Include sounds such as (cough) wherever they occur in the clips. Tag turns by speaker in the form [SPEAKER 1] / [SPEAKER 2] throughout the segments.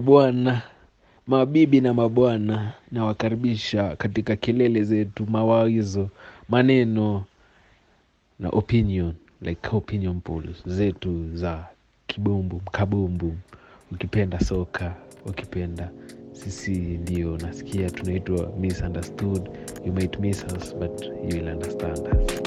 [SPEAKER 1] mabwana, mabibi na mabwana, nawakaribisha katika kelele zetu, mawazo, maneno na opinion like opinion polls zetu za kibumbu kabumbu, ukipenda soka, ukipenda sisi ndio nasikia tunaitwa misunderstood. You might miss us but you will understand us.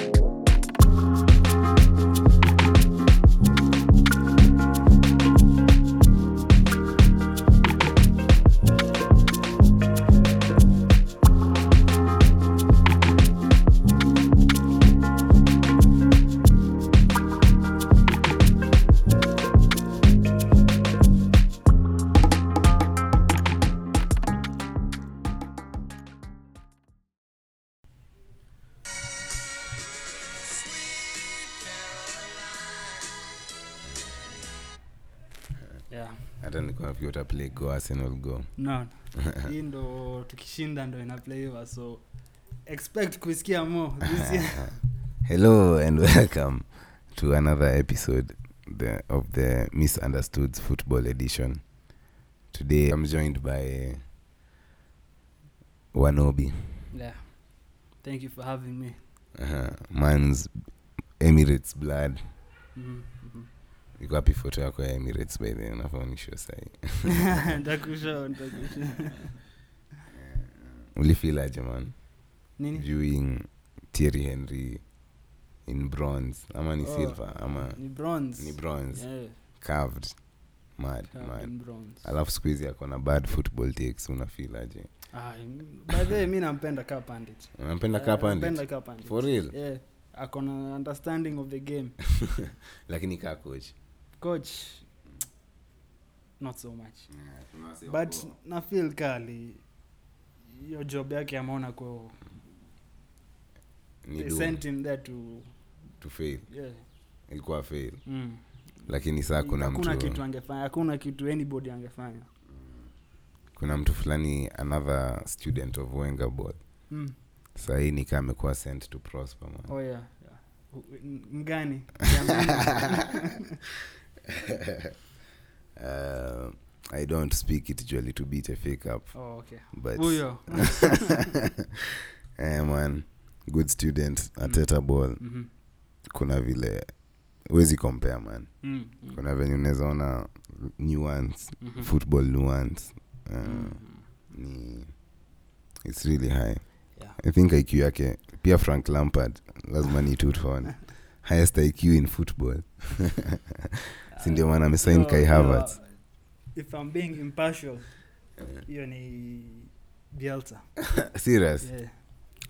[SPEAKER 2] yeah.
[SPEAKER 3] hata nikunafikiri utaplay go arsenal go
[SPEAKER 2] no
[SPEAKER 3] (laughs)
[SPEAKER 2] no. hii ndo tukishinda ndo inaplayiwa so expect kuisikia mo
[SPEAKER 3] (laughs)
[SPEAKER 2] this year.
[SPEAKER 3] hello and welcome to another episode the, of the misunderstood football edition today i'm joined by wanobi
[SPEAKER 2] yeah. thank you for having me Uh-huh.
[SPEAKER 3] uh, mans emirates blood
[SPEAKER 2] Mhm, mhm.
[SPEAKER 3] iko hapi foto yako ya emirates by the unafaonisho sahi
[SPEAKER 2] Mm-hmm. (laughs) Nitakushow, nitakushow.
[SPEAKER 3] (laughs) ulifeel aje man
[SPEAKER 2] nini
[SPEAKER 3] viewing thierry henry in bronze ama ni
[SPEAKER 2] Oh.
[SPEAKER 3] silver ama
[SPEAKER 2] ni bronze
[SPEAKER 3] ni bronze
[SPEAKER 2] Yeah,
[SPEAKER 3] carved mad
[SPEAKER 2] yeah,
[SPEAKER 3] mad
[SPEAKER 2] in bronze.
[SPEAKER 3] alafu siku hizi akona bad football takes unafeel aje
[SPEAKER 2] Ah, by the way mi nampenda ka pandit
[SPEAKER 3] unampenda
[SPEAKER 2] Eh,
[SPEAKER 3] kaa
[SPEAKER 2] nampenda
[SPEAKER 3] pande
[SPEAKER 2] ka pandit
[SPEAKER 3] for real
[SPEAKER 2] yeah akona understanding of the game
[SPEAKER 3] lakini kaa coach
[SPEAKER 2] coach not so much but nafil kali hiyo job yake ameona ko
[SPEAKER 3] ni
[SPEAKER 2] they
[SPEAKER 3] doomed
[SPEAKER 2] sent him there to
[SPEAKER 3] to fail
[SPEAKER 2] yeah.
[SPEAKER 3] ilikuwa fail
[SPEAKER 2] mm.
[SPEAKER 3] lakini saa kuna
[SPEAKER 2] hakuna kitu
[SPEAKER 3] mtu
[SPEAKER 2] angefanya hakuna kitu anybody angefanya
[SPEAKER 3] kuna mtu fulani another student of Wenger ball
[SPEAKER 2] mm.
[SPEAKER 3] sahii nikaa amekuwa sent to prosper man
[SPEAKER 2] oh yeah, yeah. N- mgani
[SPEAKER 3] (laughs) uh, i don't speak it usually to beat a fake up
[SPEAKER 2] oh, okay
[SPEAKER 3] but
[SPEAKER 2] huyo
[SPEAKER 3] (laughs) eh, man good student ateta ball
[SPEAKER 2] Mhm.
[SPEAKER 3] kuna vile huwezi compare man
[SPEAKER 2] Mm, mm,
[SPEAKER 3] kuna venye unawezaona nuance
[SPEAKER 2] mhm.
[SPEAKER 3] football nuance uh,
[SPEAKER 2] Mm.
[SPEAKER 3] ni its really high
[SPEAKER 2] Yeah.
[SPEAKER 3] i think iq yake pia frank lampard lazima ni tutfon highest iq in football si ndio maana amesain
[SPEAKER 2] Hiyo-
[SPEAKER 3] kai
[SPEAKER 2] hiyo-
[SPEAKER 3] harvard
[SPEAKER 2] uh, if i'm being impartial hiyo ni bielsa
[SPEAKER 3] serious
[SPEAKER 2] yeah,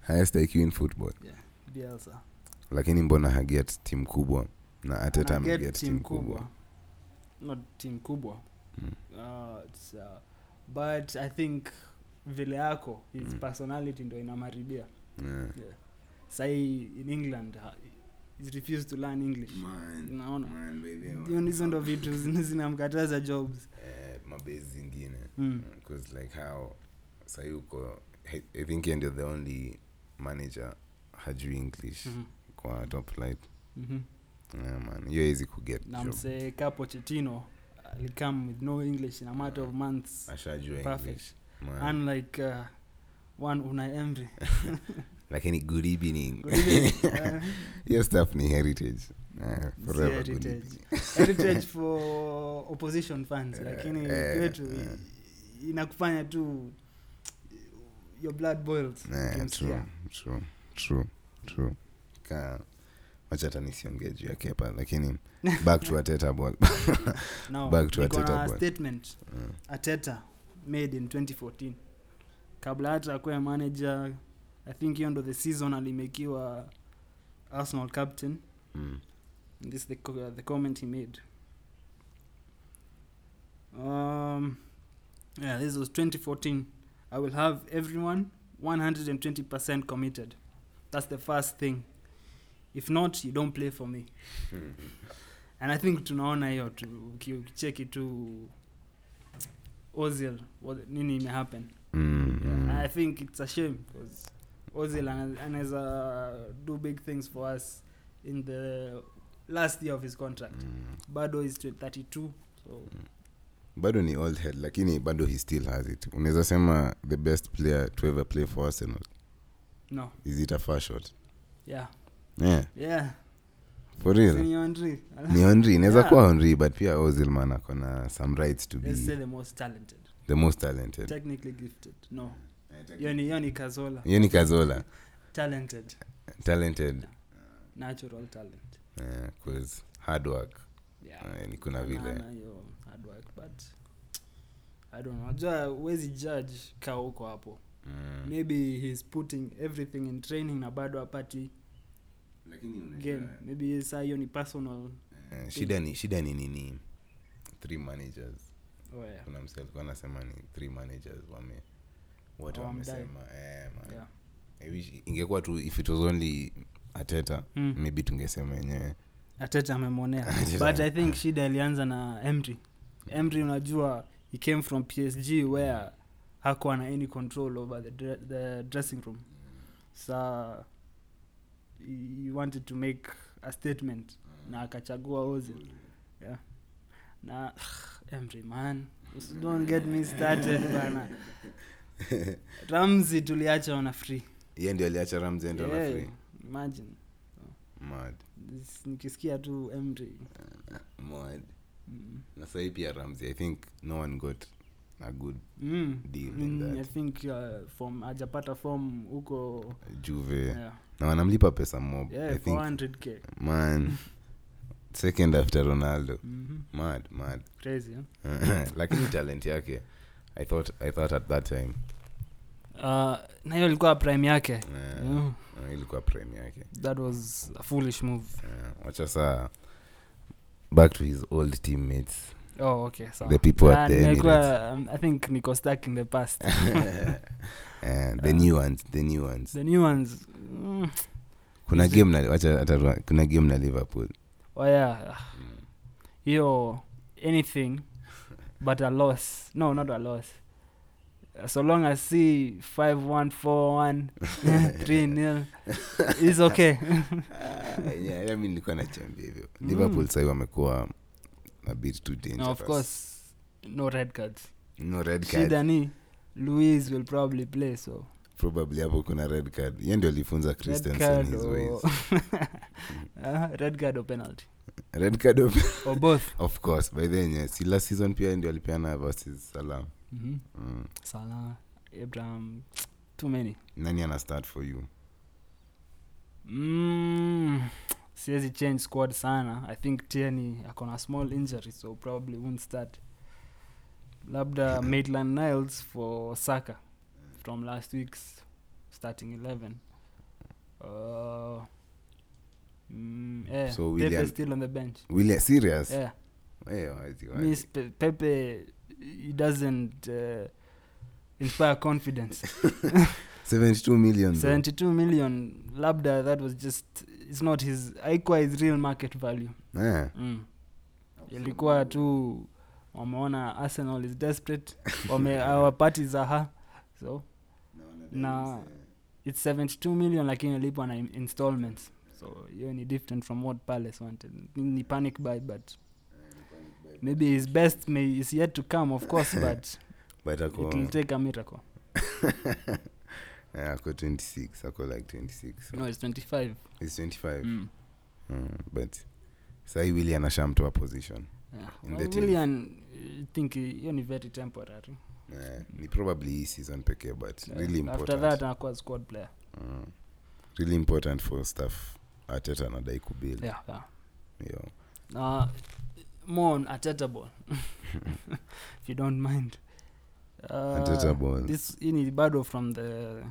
[SPEAKER 3] highest iq in football
[SPEAKER 2] bielsa
[SPEAKER 3] lakini mbona haget tim kubwa na ateta
[SPEAKER 2] Ana get
[SPEAKER 3] ameget tim kubwa
[SPEAKER 2] not team kubwa
[SPEAKER 3] Mm.
[SPEAKER 2] uh, it's, uh, but i think vile yako his
[SPEAKER 3] Mm.
[SPEAKER 2] personality ndo inamaribia
[SPEAKER 3] Yeah.
[SPEAKER 2] sahii in england ha- he's refused to learn english unaona
[SPEAKER 3] Man, baby,
[SPEAKER 2] hiyo ndizo ndo vitu zina- zinamkataza jobs
[SPEAKER 3] eh, mabase zingine
[SPEAKER 2] mm.
[SPEAKER 3] because like how sahi uko I- i think yeye ndio the only manager hajui english
[SPEAKER 2] Mhm.
[SPEAKER 3] kwa top flight
[SPEAKER 2] Mhm.
[SPEAKER 3] yeah, man hiyo hawezi kuget
[SPEAKER 2] na
[SPEAKER 3] job.
[SPEAKER 2] msee kapochettino alicome with no english in a matter of months
[SPEAKER 3] ashajua
[SPEAKER 2] Perfect.
[SPEAKER 3] english Ah. man.
[SPEAKER 2] unlike uh, one unai
[SPEAKER 3] (laughs)
[SPEAKER 2] emry
[SPEAKER 3] lakini good evening
[SPEAKER 2] Good evening.
[SPEAKER 3] (laughs)
[SPEAKER 2] Eh.
[SPEAKER 3] hiyo stuff ni heritage yeah,
[SPEAKER 2] Si
[SPEAKER 3] forever good
[SPEAKER 2] heritage.
[SPEAKER 3] evening.
[SPEAKER 2] (laughs) heritage for opposition fans
[SPEAKER 3] Eh,
[SPEAKER 2] lakini
[SPEAKER 3] eh,
[SPEAKER 2] kwetu
[SPEAKER 3] eh.
[SPEAKER 2] i- inakufanya tu your blood boils
[SPEAKER 3] Yeah,
[SPEAKER 2] ukimsikia.
[SPEAKER 3] true, true, true, true. Ka- wacha hata nisiongee juu ya kepa
[SPEAKER 2] (laughs)
[SPEAKER 3] lakini back to Arteta ball
[SPEAKER 2] Now,
[SPEAKER 3] Back to
[SPEAKER 2] niko na
[SPEAKER 3] Arteta boy.
[SPEAKER 2] statement
[SPEAKER 3] Mm.
[SPEAKER 2] ateta made in 2014 kabla hata akuwe manager i think hiyo ndo the season alimekiwa arsenal captain
[SPEAKER 3] Mm.
[SPEAKER 2] And this is the, co- uh, the comment he made. Um, yeah, this was 2014. I will have everyone 120% committed. That's the first thing. If not, you don't play for me. and I think tunaona hiyo tu uki- ukicheki tu Ozil what- nini imehappen.
[SPEAKER 3] Mm, mm.
[SPEAKER 2] I think it's a shame because Ozil ana- anaweza do big things for us in the last year of his contract.
[SPEAKER 3] Mm.
[SPEAKER 2] Bado is 32 so
[SPEAKER 3] bado ni old head lakini bado he still has it unaweza sema the best player to ever play for arsenal
[SPEAKER 2] No.
[SPEAKER 3] is it a far shot
[SPEAKER 2] Yeah.
[SPEAKER 3] yeah
[SPEAKER 2] Yeah.
[SPEAKER 3] for real
[SPEAKER 2] Sini Henry.
[SPEAKER 3] ni
[SPEAKER 2] (laughs)
[SPEAKER 3] onri inaweza
[SPEAKER 2] Yeah.
[SPEAKER 3] kuwa onri but pia ozilman akona some rights to
[SPEAKER 2] Let's say
[SPEAKER 3] be
[SPEAKER 2] the most talented.
[SPEAKER 3] the most talented
[SPEAKER 2] Technically gifted. No. Yoni Yoni Kazola.
[SPEAKER 3] hiyo ni kazola
[SPEAKER 2] Talented.
[SPEAKER 3] talented
[SPEAKER 2] Natural talent.
[SPEAKER 3] yeah, 'cause hard work
[SPEAKER 2] Yeah.
[SPEAKER 3] yeah. ni kuna vile
[SPEAKER 2] Ana hiyo hard work but I don't know. Najua huwezi judge kaa huko hapo.
[SPEAKER 3] mm.
[SPEAKER 2] Maybe he's putting everything in training na bado apati game. Maybe saa hiyo ni personal.
[SPEAKER 3] Eh, shida ni shida ni nini three managers
[SPEAKER 2] Oh yeah.
[SPEAKER 3] kuna msee alikuwa anasema ni three managers wame wote
[SPEAKER 2] Oh,
[SPEAKER 3] wamesema eh, man.
[SPEAKER 2] Yeah.
[SPEAKER 3] I wish ingekuwa tu if it was only ateta
[SPEAKER 2] Mm.
[SPEAKER 3] maybe tungesema wenyewe
[SPEAKER 2] ateta (laughs) amemwonea
[SPEAKER 3] Arteta
[SPEAKER 2] but i
[SPEAKER 3] ame-
[SPEAKER 2] think shida ilianza na emry emry unajua he came from psg where hakuwa na any control over the, dre- the dressing room sa he he wanted to make a statement na akachagua ozil yeah. na (sighs) emry man us- don't get me started bana (laughs) ramsey tuliacha ona free
[SPEAKER 3] yeye ndio aliacha ramzi ndo na
[SPEAKER 2] Yeah,
[SPEAKER 3] free
[SPEAKER 2] imagine
[SPEAKER 3] mad
[SPEAKER 2] This- nikisikia tu emry
[SPEAKER 3] mad
[SPEAKER 2] mm.
[SPEAKER 3] na sahii pia ramzi i think no one got a good
[SPEAKER 2] mm.
[SPEAKER 3] deal in
[SPEAKER 2] Mm, i
[SPEAKER 3] that
[SPEAKER 2] think uh, from ajapata form huko
[SPEAKER 3] juve
[SPEAKER 2] yeah.
[SPEAKER 3] na wanamlipa pesa mob
[SPEAKER 2] Yeah,
[SPEAKER 3] i think
[SPEAKER 2] 400k (laughs)
[SPEAKER 3] man second after ronaldo
[SPEAKER 2] Mhm.
[SPEAKER 3] mad mad (laughs)
[SPEAKER 2] crazy eh?
[SPEAKER 3] lakini talent yake i thought, I thought at that time
[SPEAKER 2] uh, na hiyo ilikuwa prime yake
[SPEAKER 3] eh,
[SPEAKER 2] yeah.
[SPEAKER 3] eh, ilikuwa prime yake
[SPEAKER 2] that was a foolish move
[SPEAKER 3] Eh, wacha saa back to his old teammates
[SPEAKER 2] oh okay so
[SPEAKER 3] The people at the
[SPEAKER 2] um, i think niko stuck in the past
[SPEAKER 3] Eh, the new ones the new ones
[SPEAKER 2] the new ones mm,
[SPEAKER 3] kuna
[SPEAKER 2] is it-
[SPEAKER 3] game na wacha hata tu- kuna game na liverpool
[SPEAKER 2] oh yeah ah, hiyo anything but a loss no not a loss so long as see 5141 3 Eh, nil is okay Mm.
[SPEAKER 3] Ah, yeah, yeah, mi nilikuwa nachambia hivyo liverpool sahii wamekuwa a bit too
[SPEAKER 2] no, of
[SPEAKER 3] dangerous.
[SPEAKER 2] course no red cards
[SPEAKER 3] no red card
[SPEAKER 2] shida ni louis will probably play so
[SPEAKER 3] probably hapo kuna red card ye ndio alifunza
[SPEAKER 2] red
[SPEAKER 3] christensen
[SPEAKER 2] card oh.
[SPEAKER 3] his
[SPEAKER 2] or (laughs)
[SPEAKER 3] ways
[SPEAKER 2] Ah, red card or penalty
[SPEAKER 3] red card (laughs) of,
[SPEAKER 2] or both
[SPEAKER 3] of course by then yeah. si last season pia ndio alipeana versus salam
[SPEAKER 2] mm-hmm.
[SPEAKER 3] mm.
[SPEAKER 2] salah abraham too many
[SPEAKER 3] nani ana start for you
[SPEAKER 2] mm, siwezi change squad sana i think tieni akona small injury so probably won't start labda maitland niles for saka from last week's starting 11 uh, mm, yeah,
[SPEAKER 3] So
[SPEAKER 2] Pepe
[SPEAKER 3] Willian-
[SPEAKER 2] still on the bench
[SPEAKER 3] willia serious
[SPEAKER 2] yeah
[SPEAKER 3] Eh, wazi, wazi.
[SPEAKER 2] means Pe- pepe he doesn't uh, inspire confidence
[SPEAKER 3] 72 million though.
[SPEAKER 2] 72 million labda that was just it's not his aikwa his real market value
[SPEAKER 3] Eh,
[SPEAKER 2] mm. ilikuwa tu wameona arsenal is desperate wame (laughs) hawapati zaha so na it's 72 million lakini ilipwa na in- installments so hiyo ni different from what palace wanted ni ni panic buy but maybe his best may is yet to come of
[SPEAKER 3] (laughs)
[SPEAKER 2] course but
[SPEAKER 3] but ako
[SPEAKER 2] it will take a miracle
[SPEAKER 3] (laughs) eh, ako 26 ako like 26 so
[SPEAKER 2] no it's 25
[SPEAKER 3] it's 25
[SPEAKER 2] mm.
[SPEAKER 3] mm, but sahii willi anashamtoa position
[SPEAKER 2] yeah.
[SPEAKER 3] In the
[SPEAKER 2] Well,
[SPEAKER 3] team.
[SPEAKER 2] Willian, I think hiyo ni very temporary
[SPEAKER 3] eh, ni probably hii season pekee but
[SPEAKER 2] Yeah.
[SPEAKER 3] really
[SPEAKER 2] Eh, after
[SPEAKER 3] important
[SPEAKER 2] that uh- anakuwa squad player
[SPEAKER 3] mm. really important for staff ateta anadai kubil
[SPEAKER 2] yeah, yeah.
[SPEAKER 3] yeah.
[SPEAKER 2] uh, more on Ateta ball (laughs) if you don't mind uh,
[SPEAKER 3] Ateta ball. (laughs)
[SPEAKER 2] this hii ni bado from the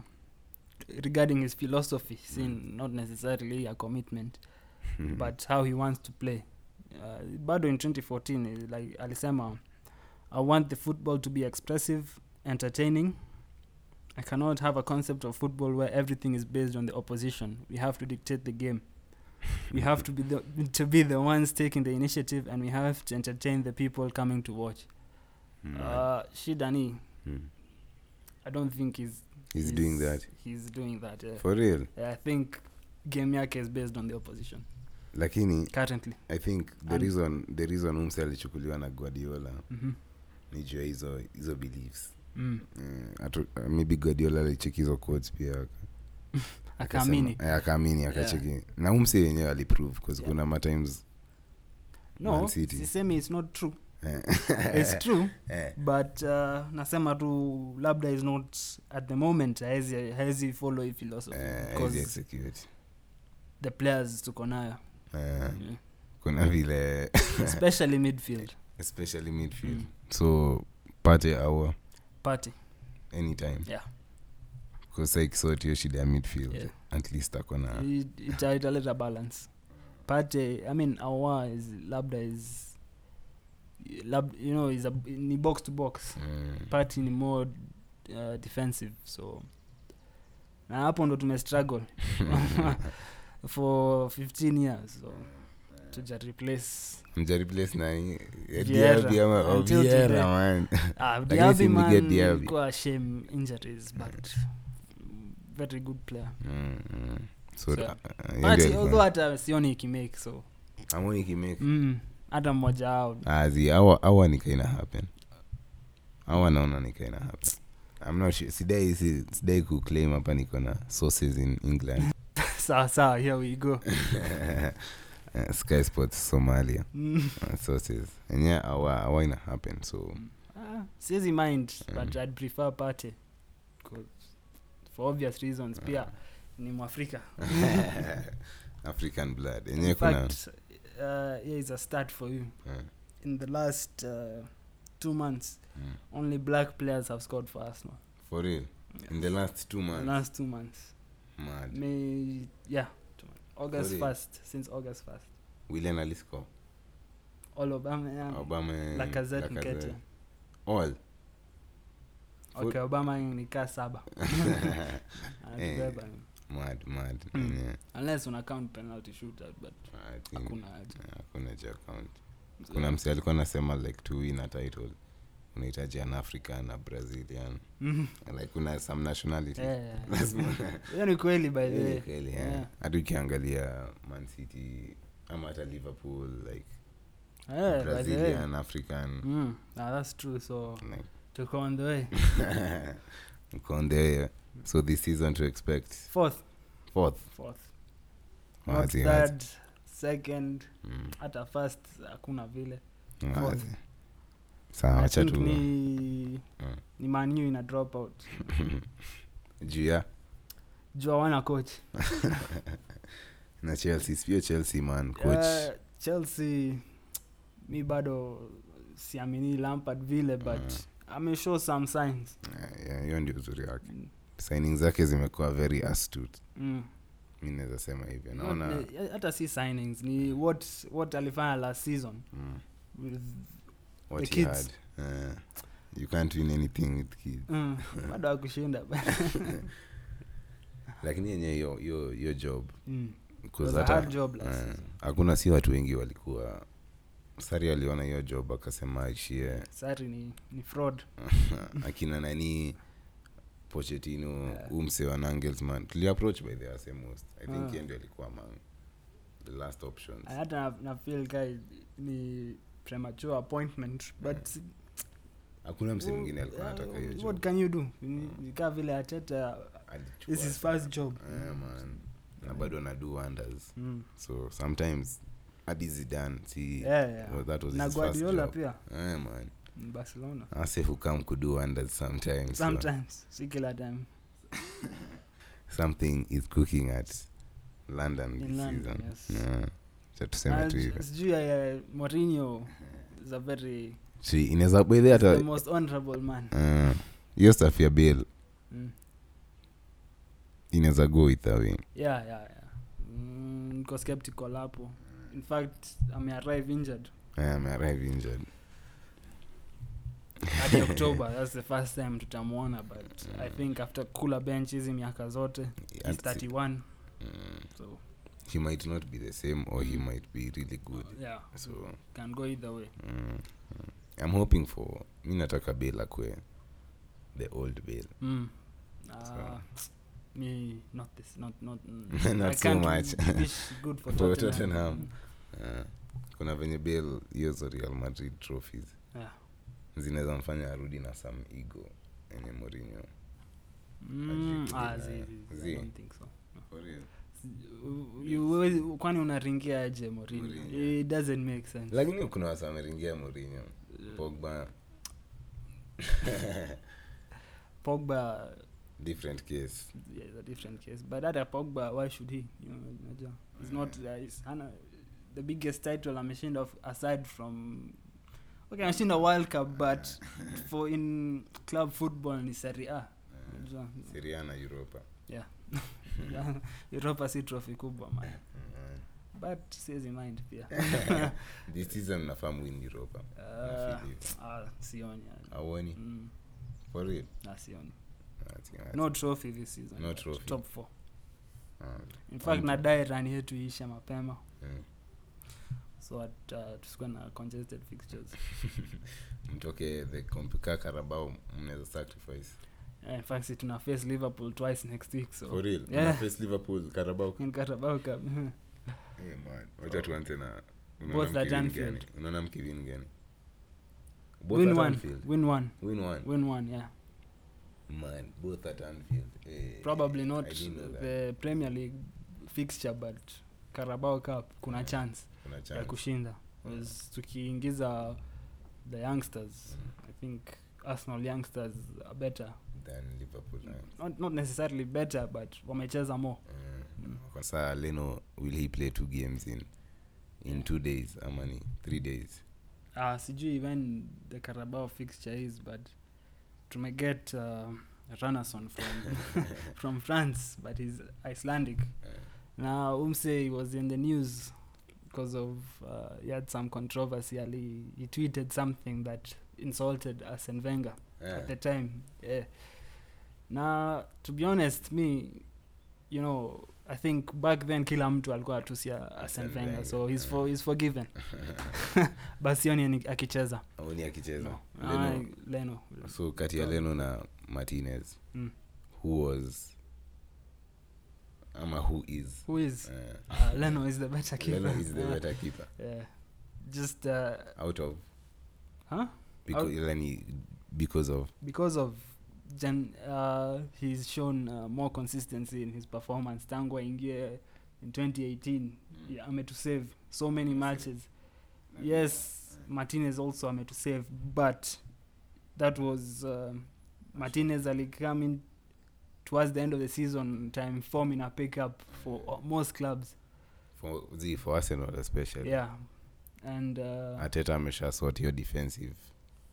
[SPEAKER 2] regarding his philosophy sin not necessarily a commitment
[SPEAKER 3] Mm-hmm. Mm,
[SPEAKER 2] but how he wants to play uh, bado in 2014 eh, like alisema i want the football to be expressive entertaining i cannot have a concept of football where everything is based on the opposition we have to dictate the game we have to be the, to be the ones taking the initiative and we have to entertain the people coming to watch
[SPEAKER 3] Mm.
[SPEAKER 2] uh, shidani
[SPEAKER 3] Mm.
[SPEAKER 2] i don't think he's,
[SPEAKER 3] he's doing that
[SPEAKER 2] he's doing that yeah.
[SPEAKER 3] for real
[SPEAKER 2] i think game yake is based on the opposition
[SPEAKER 3] lakini
[SPEAKER 2] currently
[SPEAKER 3] i think the
[SPEAKER 2] And-
[SPEAKER 3] reason the reason umse alichukuliwa na guardiola
[SPEAKER 2] mm-hmm.
[SPEAKER 3] nijue hizo hizo beliefs
[SPEAKER 2] mm.
[SPEAKER 3] Mm, atu- maybe guardiola alicheki hizo quotes pia akasema-
[SPEAKER 2] akaamini
[SPEAKER 3] eh, akaamini akacheki na umsi wenyewe aliprove bcause
[SPEAKER 2] Yeah.
[SPEAKER 3] kuna matimes
[SPEAKER 2] no
[SPEAKER 3] Man City.
[SPEAKER 2] sisemi it's not
[SPEAKER 3] (laughs)
[SPEAKER 2] true
[SPEAKER 3] eh.
[SPEAKER 2] (laughs) it's true but uh, nasema tu labda is not at the moment haezi haezi follow hii philosophy
[SPEAKER 3] Eh,
[SPEAKER 2] because the players tuko nayo
[SPEAKER 3] Eh.
[SPEAKER 2] Yeah.
[SPEAKER 3] kuna vile (laughs)
[SPEAKER 2] especially midfield
[SPEAKER 3] especially midfield
[SPEAKER 2] Mm.
[SPEAKER 3] so pate awa
[SPEAKER 2] party
[SPEAKER 3] anytime
[SPEAKER 2] Yeah.
[SPEAKER 3] bcause saikisot hiyo shida ya midfield
[SPEAKER 2] Yeah. Mm.
[SPEAKER 3] at least mm. akona (laughs)
[SPEAKER 2] It- ita- italeta balance pate i mean awa is labda is lab, you know is a, ni box to box party ni more uh, defensive so na hapo ndo tumestruggle (laughs) for 15 years so tuja replace
[SPEAKER 3] mjariplace na hii- eh,
[SPEAKER 2] Vieira.
[SPEAKER 3] Diaby ama- oh,
[SPEAKER 2] Until
[SPEAKER 3] Vieira,
[SPEAKER 2] today.
[SPEAKER 3] man.
[SPEAKER 2] ah,
[SPEAKER 3] Lakini
[SPEAKER 2] Diaby
[SPEAKER 3] si Miguel
[SPEAKER 2] man,
[SPEAKER 3] Diaby.
[SPEAKER 2] ilikuwa shame injuries but very good player
[SPEAKER 3] Mm, mm. So,
[SPEAKER 2] So,
[SPEAKER 3] ah, ah, hiyo
[SPEAKER 2] but
[SPEAKER 3] ndio ilikuwa.
[SPEAKER 2] although hata sioni ikimake so
[SPEAKER 3] Hamuoni ikimake.
[SPEAKER 2] mm, hata mmoja ao
[SPEAKER 3] Ah, zi, awa awa ni kaina happen awa naona ni kaina happen I'm not sure. sidai si- sidai kuclaim hapa niko na sources in england
[SPEAKER 2] (laughs)
[SPEAKER 3] (laughs)
[SPEAKER 2] sawa sawa here we go
[SPEAKER 3] Eh, sky sports somalia
[SPEAKER 2] Mm.
[SPEAKER 3] uh, sources enye awa awa ina happen so (laughs)
[SPEAKER 2] Ah, siwezi mind but
[SPEAKER 3] Mm.
[SPEAKER 2] i'd prefer pate 'Cause for obvious reasons
[SPEAKER 3] Ah.
[SPEAKER 2] pia ni mwafrika
[SPEAKER 3] african blood enye
[SPEAKER 2] in
[SPEAKER 3] kuna
[SPEAKER 2] fact uh, here is a start for you
[SPEAKER 3] eh,
[SPEAKER 2] in the last uh, two months
[SPEAKER 3] Mm.
[SPEAKER 2] only black players have scored for arsenal
[SPEAKER 3] for real in the last two
[SPEAKER 2] the
[SPEAKER 3] months
[SPEAKER 2] last two months
[SPEAKER 3] mad
[SPEAKER 2] may yeah two months. august
[SPEAKER 3] Really?
[SPEAKER 2] 1st since august 1st
[SPEAKER 3] willian alisco
[SPEAKER 2] all obama yeah.
[SPEAKER 3] obama
[SPEAKER 2] Ah.
[SPEAKER 3] eh,
[SPEAKER 2] lacazette
[SPEAKER 3] Lacazette.
[SPEAKER 2] nketia (laughs)
[SPEAKER 3] all (laughs) Full-
[SPEAKER 2] okay obama nikaa saba
[SPEAKER 3] Eh.
[SPEAKER 2] anatubeba
[SPEAKER 3] mad mad
[SPEAKER 2] Mm.
[SPEAKER 3] enye
[SPEAKER 2] unless una count penalty shootout but
[SPEAKER 3] I think
[SPEAKER 2] hakuna haja
[SPEAKER 3] hakuna cha count kuna msi alikuwa anasema like to win a title unahitaji an african na brazilian
[SPEAKER 2] Mhm.
[SPEAKER 3] (laughs) like kuna some nationality (laughs)
[SPEAKER 2] Yeah, yeah, yeah.
[SPEAKER 3] Lazima-
[SPEAKER 2] hiyo ni Eh. kweli by the
[SPEAKER 3] Kweli,
[SPEAKER 2] way
[SPEAKER 3] kweli, eh.
[SPEAKER 2] Yeah.
[SPEAKER 3] hata ukiangalia man city ama hata liverpool like
[SPEAKER 2] Yeah, Eh, by the way
[SPEAKER 3] brazilian african
[SPEAKER 2] Mm, nah, that's true so
[SPEAKER 3] like, (laughs)
[SPEAKER 2] tuko on the way
[SPEAKER 3] mko on the way. so this season to expect
[SPEAKER 2] fourth
[SPEAKER 3] fourth
[SPEAKER 2] fourth not
[SPEAKER 3] Wazi, wazi.
[SPEAKER 2] third second
[SPEAKER 3] Mm,
[SPEAKER 2] hata first hakuna vile
[SPEAKER 3] wazi.
[SPEAKER 2] Fourth.
[SPEAKER 3] Mm, sawa
[SPEAKER 2] I
[SPEAKER 3] Ah, wacha
[SPEAKER 2] think
[SPEAKER 3] tu
[SPEAKER 2] ni
[SPEAKER 3] Mm.
[SPEAKER 2] ni manu ina drop out
[SPEAKER 3] (laughs) juu ya
[SPEAKER 2] juu hawana coach
[SPEAKER 3] na chelsea sio chelsea man coach
[SPEAKER 2] Uh, chelsea mi bado siamini lampard vile but
[SPEAKER 3] Mm.
[SPEAKER 2] ameshow some signs
[SPEAKER 3] Eh, yeah, hiyo ndio uzuri wake signing zake zimekuwa very astute
[SPEAKER 2] mm.
[SPEAKER 3] mi naweza sema hivyo
[SPEAKER 2] Not
[SPEAKER 3] naona
[SPEAKER 2] the- ya- hata si signings ni what what alifanya last season
[SPEAKER 3] mm,
[SPEAKER 2] with,
[SPEAKER 3] what
[SPEAKER 2] The
[SPEAKER 3] he
[SPEAKER 2] kids.
[SPEAKER 3] had Eh, you can't win anything with kids
[SPEAKER 2] mm,
[SPEAKER 3] (laughs)
[SPEAKER 2] bado akushinda
[SPEAKER 3] lakini yenye hiyo- hiyo hiyo job
[SPEAKER 2] (laughs) mm. It
[SPEAKER 3] 'cause
[SPEAKER 2] was a
[SPEAKER 3] hata-
[SPEAKER 2] hard job last
[SPEAKER 3] eh,
[SPEAKER 2] season.
[SPEAKER 3] hakuna si watu wengi walikuwa sari aliona hiyo job akasema aishie (laughs)
[SPEAKER 2] Sarri ni, ni fraud
[SPEAKER 3] akina nani pochetino
[SPEAKER 2] Eh.
[SPEAKER 3] huu mse wa nangelsman tuliapproach by the same host i think
[SPEAKER 2] Ah.
[SPEAKER 3] yeye ndio alikuwa among the last options
[SPEAKER 2] Na hata na, na feel guy ni premature appointment
[SPEAKER 3] Eh.
[SPEAKER 2] but
[SPEAKER 3] hakuna mse mwingine alikuwa
[SPEAKER 2] uh,
[SPEAKER 3] anataka hiyo
[SPEAKER 2] what
[SPEAKER 3] job
[SPEAKER 2] can you do Ni- ni kaa vile ateta
[SPEAKER 3] Alichukua
[SPEAKER 2] this is
[SPEAKER 3] sana.
[SPEAKER 2] first job
[SPEAKER 3] Eh, man. na bado na do wonders
[SPEAKER 2] mm.
[SPEAKER 3] so sometimes hadi zidan si
[SPEAKER 2] yeah, yeah.
[SPEAKER 3] well, that was
[SPEAKER 2] na
[SPEAKER 3] his first
[SPEAKER 2] guardiola
[SPEAKER 3] job.
[SPEAKER 2] pia
[SPEAKER 3] Eh, man
[SPEAKER 2] mm, barcelona
[SPEAKER 3] asefu kam kudo wonders sometimes so
[SPEAKER 2] sometimes si kila time
[SPEAKER 3] something is cooking at london
[SPEAKER 2] In
[SPEAKER 3] this
[SPEAKER 2] London,
[SPEAKER 3] season
[SPEAKER 2] yes.
[SPEAKER 3] Yeah. Cha tuseme
[SPEAKER 2] Na
[SPEAKER 3] tu hivyo
[SPEAKER 2] sijui ya morinho
[SPEAKER 3] Eh.
[SPEAKER 2] is a very
[SPEAKER 3] Si, inaweza bedhi
[SPEAKER 2] is the
[SPEAKER 3] hata
[SPEAKER 2] most honorable man
[SPEAKER 3] eh, hiyo staff ya bill
[SPEAKER 2] mm.
[SPEAKER 3] inaweza go with a win
[SPEAKER 2] yeah, yeah, yeah. Mm, niko skeptical hapo in fact amearrive injured
[SPEAKER 3] Eh, amearrive injured (laughs)
[SPEAKER 2] hadi october thats the first time tutamwona but i think after cooler bench hizi miaka zote
[SPEAKER 3] At-
[SPEAKER 2] he's 31
[SPEAKER 3] Mm,
[SPEAKER 2] so
[SPEAKER 3] he might not be the same or
[SPEAKER 2] Mm.
[SPEAKER 3] he might be really good
[SPEAKER 2] yeah
[SPEAKER 3] so
[SPEAKER 2] can go either way
[SPEAKER 3] mm, mm. i'm hoping for mi nataka bill akwe the old bill
[SPEAKER 2] mm. uh,
[SPEAKER 3] So-
[SPEAKER 2] me not this not
[SPEAKER 3] (laughs)
[SPEAKER 2] not mm,
[SPEAKER 3] Not
[SPEAKER 2] I
[SPEAKER 3] so
[SPEAKER 2] can't
[SPEAKER 3] much.
[SPEAKER 2] wish good for
[SPEAKER 3] (laughs) For
[SPEAKER 2] Tottenham.
[SPEAKER 3] Tottenham. Eh, kuna venye bill hiyo za real madrid trophies
[SPEAKER 2] Yeah.
[SPEAKER 3] zinaweza mfanya arudi na some ego yenye Mourinho.
[SPEAKER 2] Mm,
[SPEAKER 3] Ajikubali.
[SPEAKER 2] ah, zi, zi, zi.
[SPEAKER 3] Zi.
[SPEAKER 2] I don't think so. U- you- wewe- kwani unaringia aje Mourinho?
[SPEAKER 3] Mourinho.
[SPEAKER 2] It doesn't make sense.
[SPEAKER 3] lakini kuna wasa wameringia Mourinho. Pogba
[SPEAKER 2] Pogba
[SPEAKER 3] different case.
[SPEAKER 2] yeah, it's a different case but hata Pogba why should he you know, unajua it's not
[SPEAKER 3] Mm.
[SPEAKER 2] uh, it's, hana, the biggest title ameshinda of- aside from okay ameshinda world cup but
[SPEAKER 3] (laughs)
[SPEAKER 2] for in club football ni Serie A unajua
[SPEAKER 3] Serie A na Europa.
[SPEAKER 2] (laughs) Europa si trophy kubwa man
[SPEAKER 3] Mm.
[SPEAKER 2] but siwezi mind pia
[SPEAKER 3] (laughs) This season nafaa mwin Europa.
[SPEAKER 2] Ah,
[SPEAKER 3] Nafeel hivyo.
[SPEAKER 2] ah, sioni yani.
[SPEAKER 3] Awoni.
[SPEAKER 2] Mm,
[SPEAKER 3] For real. Ah,
[SPEAKER 2] ah, sioni
[SPEAKER 3] I think I-
[SPEAKER 2] no trophy this season
[SPEAKER 3] No trophy.
[SPEAKER 2] top four
[SPEAKER 3] Ah,
[SPEAKER 2] in fact
[SPEAKER 3] Okay.
[SPEAKER 2] nadai rani yetu iishe mapema
[SPEAKER 3] mm.
[SPEAKER 2] so at, uh, tusikuwe na congested fixtures
[SPEAKER 3] mtoke the compika karabao mnaweza sacrifice
[SPEAKER 2] Yeah, Eh, in fact si tuna face liverpool twice next week so
[SPEAKER 3] for real
[SPEAKER 2] Yeah.
[SPEAKER 3] face liverpool karabao
[SPEAKER 2] In Carabao Cup. (laughs)
[SPEAKER 3] Eh, man. wacha tuanze na unaona
[SPEAKER 2] Both at
[SPEAKER 3] mkivini
[SPEAKER 2] Anfield.
[SPEAKER 3] gani? unaona mkivini gani Both
[SPEAKER 2] win
[SPEAKER 3] at
[SPEAKER 2] one
[SPEAKER 3] Anfield.
[SPEAKER 2] win one
[SPEAKER 3] win one
[SPEAKER 2] win one yeah
[SPEAKER 3] man both at anfield Eh,
[SPEAKER 2] probably not
[SPEAKER 3] I didn't know that.
[SPEAKER 2] the premier league fixture but Carabao Cup kuna
[SPEAKER 3] Yeah.
[SPEAKER 2] chance
[SPEAKER 3] Kuna chance.
[SPEAKER 2] ya kushinda Whereas tukiingiza the youngsters
[SPEAKER 3] Mm.
[SPEAKER 2] i think arsenal youngsters are better
[SPEAKER 3] than liverpool eh.
[SPEAKER 2] not, not necessarily better but wamecheza more
[SPEAKER 3] Eh.
[SPEAKER 2] Mm.
[SPEAKER 3] Kwa saa leno will he play two games in in
[SPEAKER 2] Yeah.
[SPEAKER 3] two days ama ni three days
[SPEAKER 2] uh, sijui when the carabao fixture is but tumeget uh, ranason from, (laughs) from france but he's icelandic
[SPEAKER 3] Eh.
[SPEAKER 2] na umse he was in the news because of uh, he had some controversy ali he tweeted something that insulted Arsene Wenger
[SPEAKER 3] Eh.
[SPEAKER 2] at the time yeah. na to be honest me you know i think back then kila mtu alikuwa atusia Arsene
[SPEAKER 3] Arsene
[SPEAKER 2] Wenger
[SPEAKER 3] Ah, Wenger, eh.
[SPEAKER 2] so he's, for, he's forgiven
[SPEAKER 3] (laughs)
[SPEAKER 2] basioni ni- akicheza
[SPEAKER 3] Aoni akicheza
[SPEAKER 2] no.
[SPEAKER 3] Leno-
[SPEAKER 2] Ah, leno
[SPEAKER 3] so kati ya
[SPEAKER 2] So-
[SPEAKER 3] leno na martinez
[SPEAKER 2] Mm.
[SPEAKER 3] who was ama who is
[SPEAKER 2] who
[SPEAKER 3] (laughs)
[SPEAKER 2] is
[SPEAKER 3] Eh,
[SPEAKER 2] uh, leno is the better
[SPEAKER 3] leno
[SPEAKER 2] keeper
[SPEAKER 3] is the
[SPEAKER 2] Yeah.
[SPEAKER 3] better keeper
[SPEAKER 2] (laughs) yeah. just uh,
[SPEAKER 3] out of
[SPEAKER 2] huh?
[SPEAKER 3] because, yani, because of
[SPEAKER 2] because of Jan, uh, he's shown uh, more consistency in his performance tangu aingie in 2018 yeah, ametusave so many matches yes martinez also ametusave but that was um martinez alicome in towards the end of the season time form in a pickup for uh, most clubs
[SPEAKER 3] for, zi, for arsenal especially
[SPEAKER 2] yeah and uh,
[SPEAKER 3] ateta amesha sort your defensive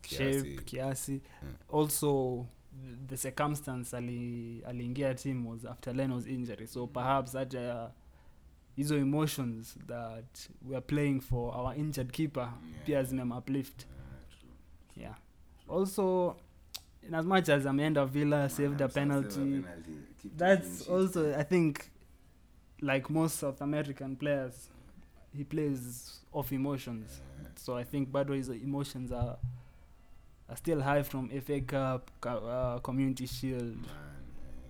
[SPEAKER 3] kiasi.
[SPEAKER 2] shape kiasi
[SPEAKER 3] Mm.
[SPEAKER 2] also th- the circumstance ali- aliingia team was after lenos injury so perhaps hata hizo emotions that weare playing for our injured keeper pia zimem uplift yeah also in as much as ameenda villa saved a penalty that's also i think like most south american players he plays off emotions so i think bado his emotions are, are still high from fa cup ca- uh, community shield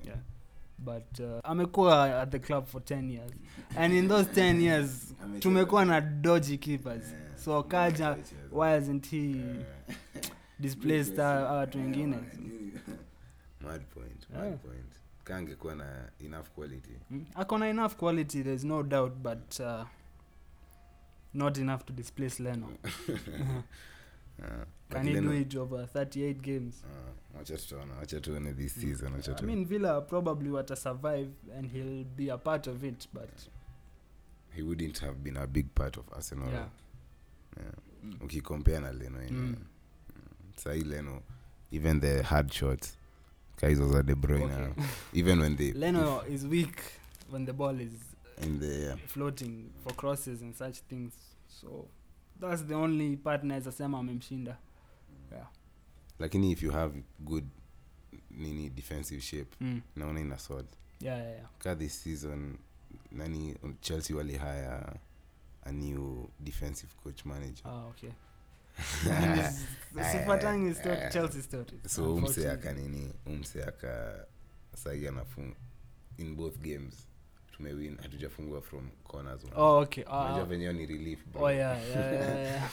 [SPEAKER 2] yeah. but uh, amekuwa at the club for 10 years and in those 10 years tumekuwa na doji keepers so kaja why isn't he displaced our- our watu wengine
[SPEAKER 3] (laughs) mad point
[SPEAKER 2] Yeah.
[SPEAKER 3] mad point Ka angekuwa na enough quality (laughs)
[SPEAKER 2] Mm, akona enough quality there's no doubt but uh, not enough to displace
[SPEAKER 3] (laughs)
[SPEAKER 2] leno
[SPEAKER 3] Ah,
[SPEAKER 2] Uh-huh. can
[SPEAKER 3] but
[SPEAKER 2] he do
[SPEAKER 3] Leno-
[SPEAKER 2] it over 38 games
[SPEAKER 3] Ah, wacha tutaona wacha tuone this season wacha
[SPEAKER 2] I
[SPEAKER 3] tu
[SPEAKER 2] mean, Villa probably wata survive and he'll be a part of it, but
[SPEAKER 3] he wouldn't have been a big part of arsenal
[SPEAKER 2] yeah.
[SPEAKER 3] Yeah.
[SPEAKER 2] Mm.
[SPEAKER 3] ukikompea na leno yenyewe
[SPEAKER 2] Mm.
[SPEAKER 3] mm. sahii leno even the hard shots kaizo za de bruyne
[SPEAKER 2] Okay.
[SPEAKER 3] even when they
[SPEAKER 2] (laughs) Leno is weak when the ball is
[SPEAKER 3] in the yeah.
[SPEAKER 2] floating for crosses and such things. So that's the only part naweza sema amemshinda.
[SPEAKER 3] lakini if you have good nini defensive shape
[SPEAKER 2] Mm.
[SPEAKER 3] naona ina sort
[SPEAKER 2] Yeah, yeah, yeah.
[SPEAKER 3] ka this season nani chelsea walihaya a new defensive coach manager
[SPEAKER 2] Ah, okay. And
[SPEAKER 3] (laughs)
[SPEAKER 2] it's- Sifuatangi story,
[SPEAKER 3] Ah.
[SPEAKER 2] Chelsea story.
[SPEAKER 3] so umse
[SPEAKER 2] unfortunately.
[SPEAKER 3] aka nini umse aka sahi anafu in both games tumewin hatujafungua from corners man.
[SPEAKER 2] oh okay
[SPEAKER 3] unajua
[SPEAKER 2] uh,
[SPEAKER 3] venyewe ni relief bro.
[SPEAKER 2] oh yeah yeah yeah, yeah.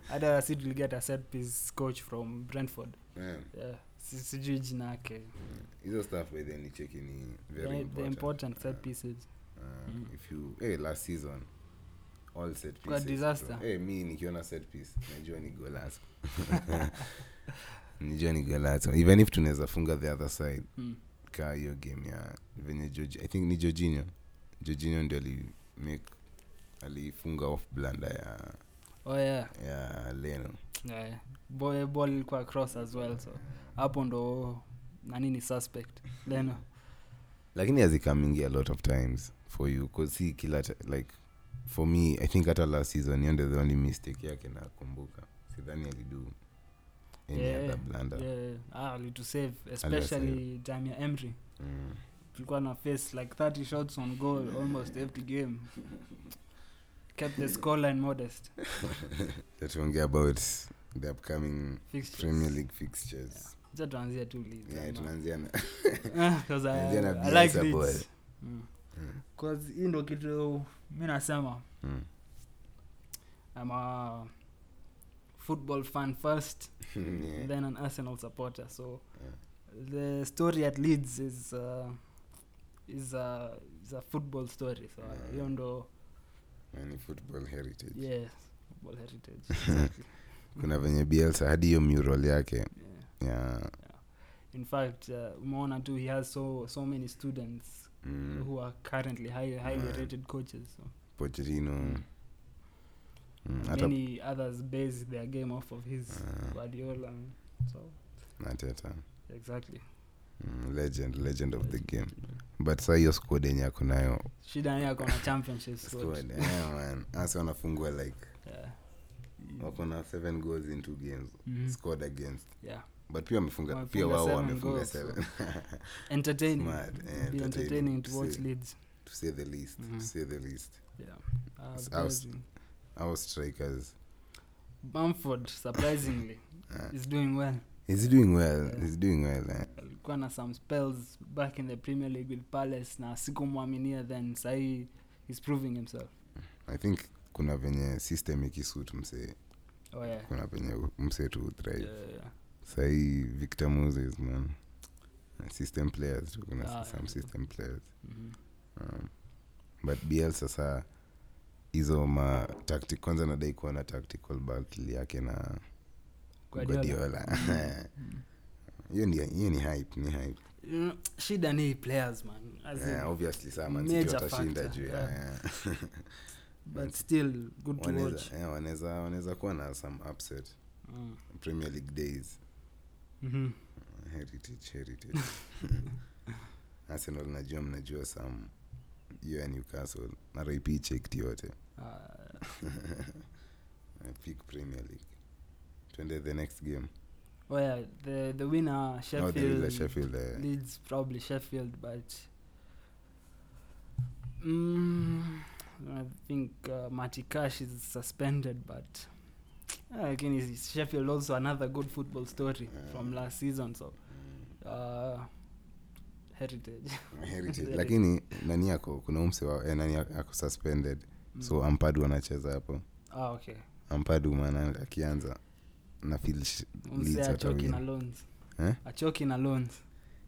[SPEAKER 3] (laughs)
[SPEAKER 2] hata si tuligeta set piece coach from brentford
[SPEAKER 3] Man,
[SPEAKER 2] yeah. si- sijui jina yake
[SPEAKER 3] hizo stuff by the way ni cheki ni very
[SPEAKER 2] the, the
[SPEAKER 3] important,
[SPEAKER 2] important set
[SPEAKER 3] Uh,
[SPEAKER 2] pieces
[SPEAKER 3] uh,
[SPEAKER 2] Mm.
[SPEAKER 3] if you hey, last season all set
[SPEAKER 2] Kwa
[SPEAKER 3] pieces,
[SPEAKER 2] disaster.
[SPEAKER 3] bro. Hey, mi nikiona set piece najua ni golas (laughs) nijua ni golas even if tunaweza funga the other side
[SPEAKER 2] mm.
[SPEAKER 3] ka hiyo game ya venye Georgi- i think ni jorginho jorginho ndio ali make alifunga off blanda ya
[SPEAKER 2] oh yeah
[SPEAKER 3] ya leno
[SPEAKER 2] yeah. Bo- Eh, ball ilikuwa cross as well so hapo ndo nani ni suspect leno
[SPEAKER 3] lakini hazikamingi a lot of times for you 'cause si kila ti- like for me i think hata last season hiyo ndio the only mistake yake nakumbuka sidhani alidu any
[SPEAKER 2] Yeah,
[SPEAKER 3] other blunder
[SPEAKER 2] yeah. eh, ah, alitusave
[SPEAKER 3] Aliwasave.
[SPEAKER 2] especially jamia emry
[SPEAKER 3] Mm.
[SPEAKER 2] tulikuwa na face like 30 shots on goal almost every game kept the scoreline modest
[SPEAKER 3] tuongea about the upcoming premier
[SPEAKER 2] fixtures
[SPEAKER 3] league fixtures
[SPEAKER 2] Acha tuanzie tu Leeds,
[SPEAKER 3] yeah,
[SPEAKER 2] ama-
[SPEAKER 3] tunaanzia na
[SPEAKER 2] (laughs) Ah, 'cause I-
[SPEAKER 3] tuanzie na
[SPEAKER 2] I like
[SPEAKER 3] Bielsa boy.
[SPEAKER 2] Leeds. Mm.
[SPEAKER 3] Mm.
[SPEAKER 2] 'Cause hii ndo kitu mi nasema (laughs)
[SPEAKER 3] Mm.
[SPEAKER 2] I'm a football fan first
[SPEAKER 3] Yeah.
[SPEAKER 2] then an Arsenal supporter. So
[SPEAKER 3] Yeah.
[SPEAKER 2] the story at Leeds is uh, is a is a football story. So
[SPEAKER 3] Yeah.
[SPEAKER 2] hiyo ndo
[SPEAKER 3] Yaani football heritage
[SPEAKER 2] yes, football heritage.
[SPEAKER 3] (laughs)
[SPEAKER 2] exactly.
[SPEAKER 3] kuna venye bielsa hadi hiyo mural yake
[SPEAKER 2] yeah.
[SPEAKER 3] ya
[SPEAKER 2] In fact, uh, umeona tu he has so so many students
[SPEAKER 3] mm,
[SPEAKER 2] who are currently high, highly
[SPEAKER 3] Yeah.
[SPEAKER 2] rated coaches. So
[SPEAKER 3] pochettino mm, hata Mm,
[SPEAKER 2] many others base their game off of his
[SPEAKER 3] Yeah.
[SPEAKER 2] Guardiola. So
[SPEAKER 3] Arteta.
[SPEAKER 2] exactly.
[SPEAKER 3] Mm, legend legend of the game but saa hiyo squad yenye ako nayo
[SPEAKER 2] Shida ni ako na championship squad.
[SPEAKER 3] squad, yeah, man. Hasa wanafungua like
[SPEAKER 2] Yeah.
[SPEAKER 3] wako na seven goals in two games
[SPEAKER 2] Mhm.
[SPEAKER 3] scored against
[SPEAKER 2] Yeah.
[SPEAKER 3] but pia wamefunga
[SPEAKER 2] Wamefunga
[SPEAKER 3] pia wao
[SPEAKER 2] seven
[SPEAKER 3] wamefunga
[SPEAKER 2] goals,
[SPEAKER 3] seven (laughs)
[SPEAKER 2] entertaining.
[SPEAKER 3] Mad,
[SPEAKER 2] It'd
[SPEAKER 3] eh,
[SPEAKER 2] be entertaining
[SPEAKER 3] entertaining
[SPEAKER 2] to
[SPEAKER 3] to
[SPEAKER 2] watch
[SPEAKER 3] see.
[SPEAKER 2] Leeds.
[SPEAKER 3] to say the least to
[SPEAKER 2] Mhm.
[SPEAKER 3] say the least
[SPEAKER 2] Yeah. Uh,
[SPEAKER 3] It's oust.
[SPEAKER 2] Belgium.
[SPEAKER 3] our strikers
[SPEAKER 2] Bamford (laughs) surprisingly
[SPEAKER 3] uh,
[SPEAKER 2] is doing well.
[SPEAKER 3] he's doing well
[SPEAKER 2] Yeah.
[SPEAKER 3] he's doing well eh.
[SPEAKER 2] Alikuwa na some spells back in the Premier League with Palace na sikumwaminia then sahi he's proving himself.
[SPEAKER 3] i think kuna venye system ikisuit msee
[SPEAKER 2] Oh yeah.
[SPEAKER 3] kuna venye msee tu thrive
[SPEAKER 2] Yeah, yeah.
[SPEAKER 3] sahii victor moses man system players tu kuna
[SPEAKER 2] Ah,
[SPEAKER 3] some
[SPEAKER 2] yeah.
[SPEAKER 3] system players
[SPEAKER 2] Mhm.
[SPEAKER 3] um, but bl sasa hizo ma tactic kwanza nadai kuwa na tactical battle yake na
[SPEAKER 2] Guardiola.
[SPEAKER 3] Guardiola.
[SPEAKER 2] Mm.
[SPEAKER 3] (laughs) hiyo ni hiyo ni hype ni hype
[SPEAKER 2] You know, Shida ni players man. As in,
[SPEAKER 3] yeah, obviously saa Man
[SPEAKER 2] major
[SPEAKER 3] City watashinda
[SPEAKER 2] factor,
[SPEAKER 3] juu ya-
[SPEAKER 2] yeah.
[SPEAKER 3] yeah.
[SPEAKER 2] but still good to watch.
[SPEAKER 3] Wanaweza- yeah, wanaweza wanaweza kuwa na some upset
[SPEAKER 2] Mm.
[SPEAKER 3] premier league days
[SPEAKER 2] Mhm.
[SPEAKER 3] heritage heritage (laughs) arsenal najua mnajua some hiyo ya newcastle rip chekti yote
[SPEAKER 2] Uh,
[SPEAKER 3] (laughs) peak premier league twende the next game
[SPEAKER 2] oh yeah, the the winner
[SPEAKER 3] No, there is
[SPEAKER 2] Sheffield
[SPEAKER 3] a Sheffield, eh.
[SPEAKER 2] Leeds probably Sheffield, but mm, I think uh, Matikash is suspended. But uh, again, is- is Sheffield also another good football story from
[SPEAKER 3] Mm.
[SPEAKER 2] last season? So
[SPEAKER 3] Mm.
[SPEAKER 2] uh, heritage. (laughs)
[SPEAKER 3] (laughs) Heritage. lakini nani yako kuna umse wa, eh, nani ako suspended so ampadu anacheza hapo
[SPEAKER 2] ah, okay.
[SPEAKER 3] ampadu maana akianza na feel sh-
[SPEAKER 2] Umse
[SPEAKER 3] Leeds
[SPEAKER 2] achoki na
[SPEAKER 3] watawin.
[SPEAKER 2] loans.
[SPEAKER 3] Eh?
[SPEAKER 2] Achoki na loans.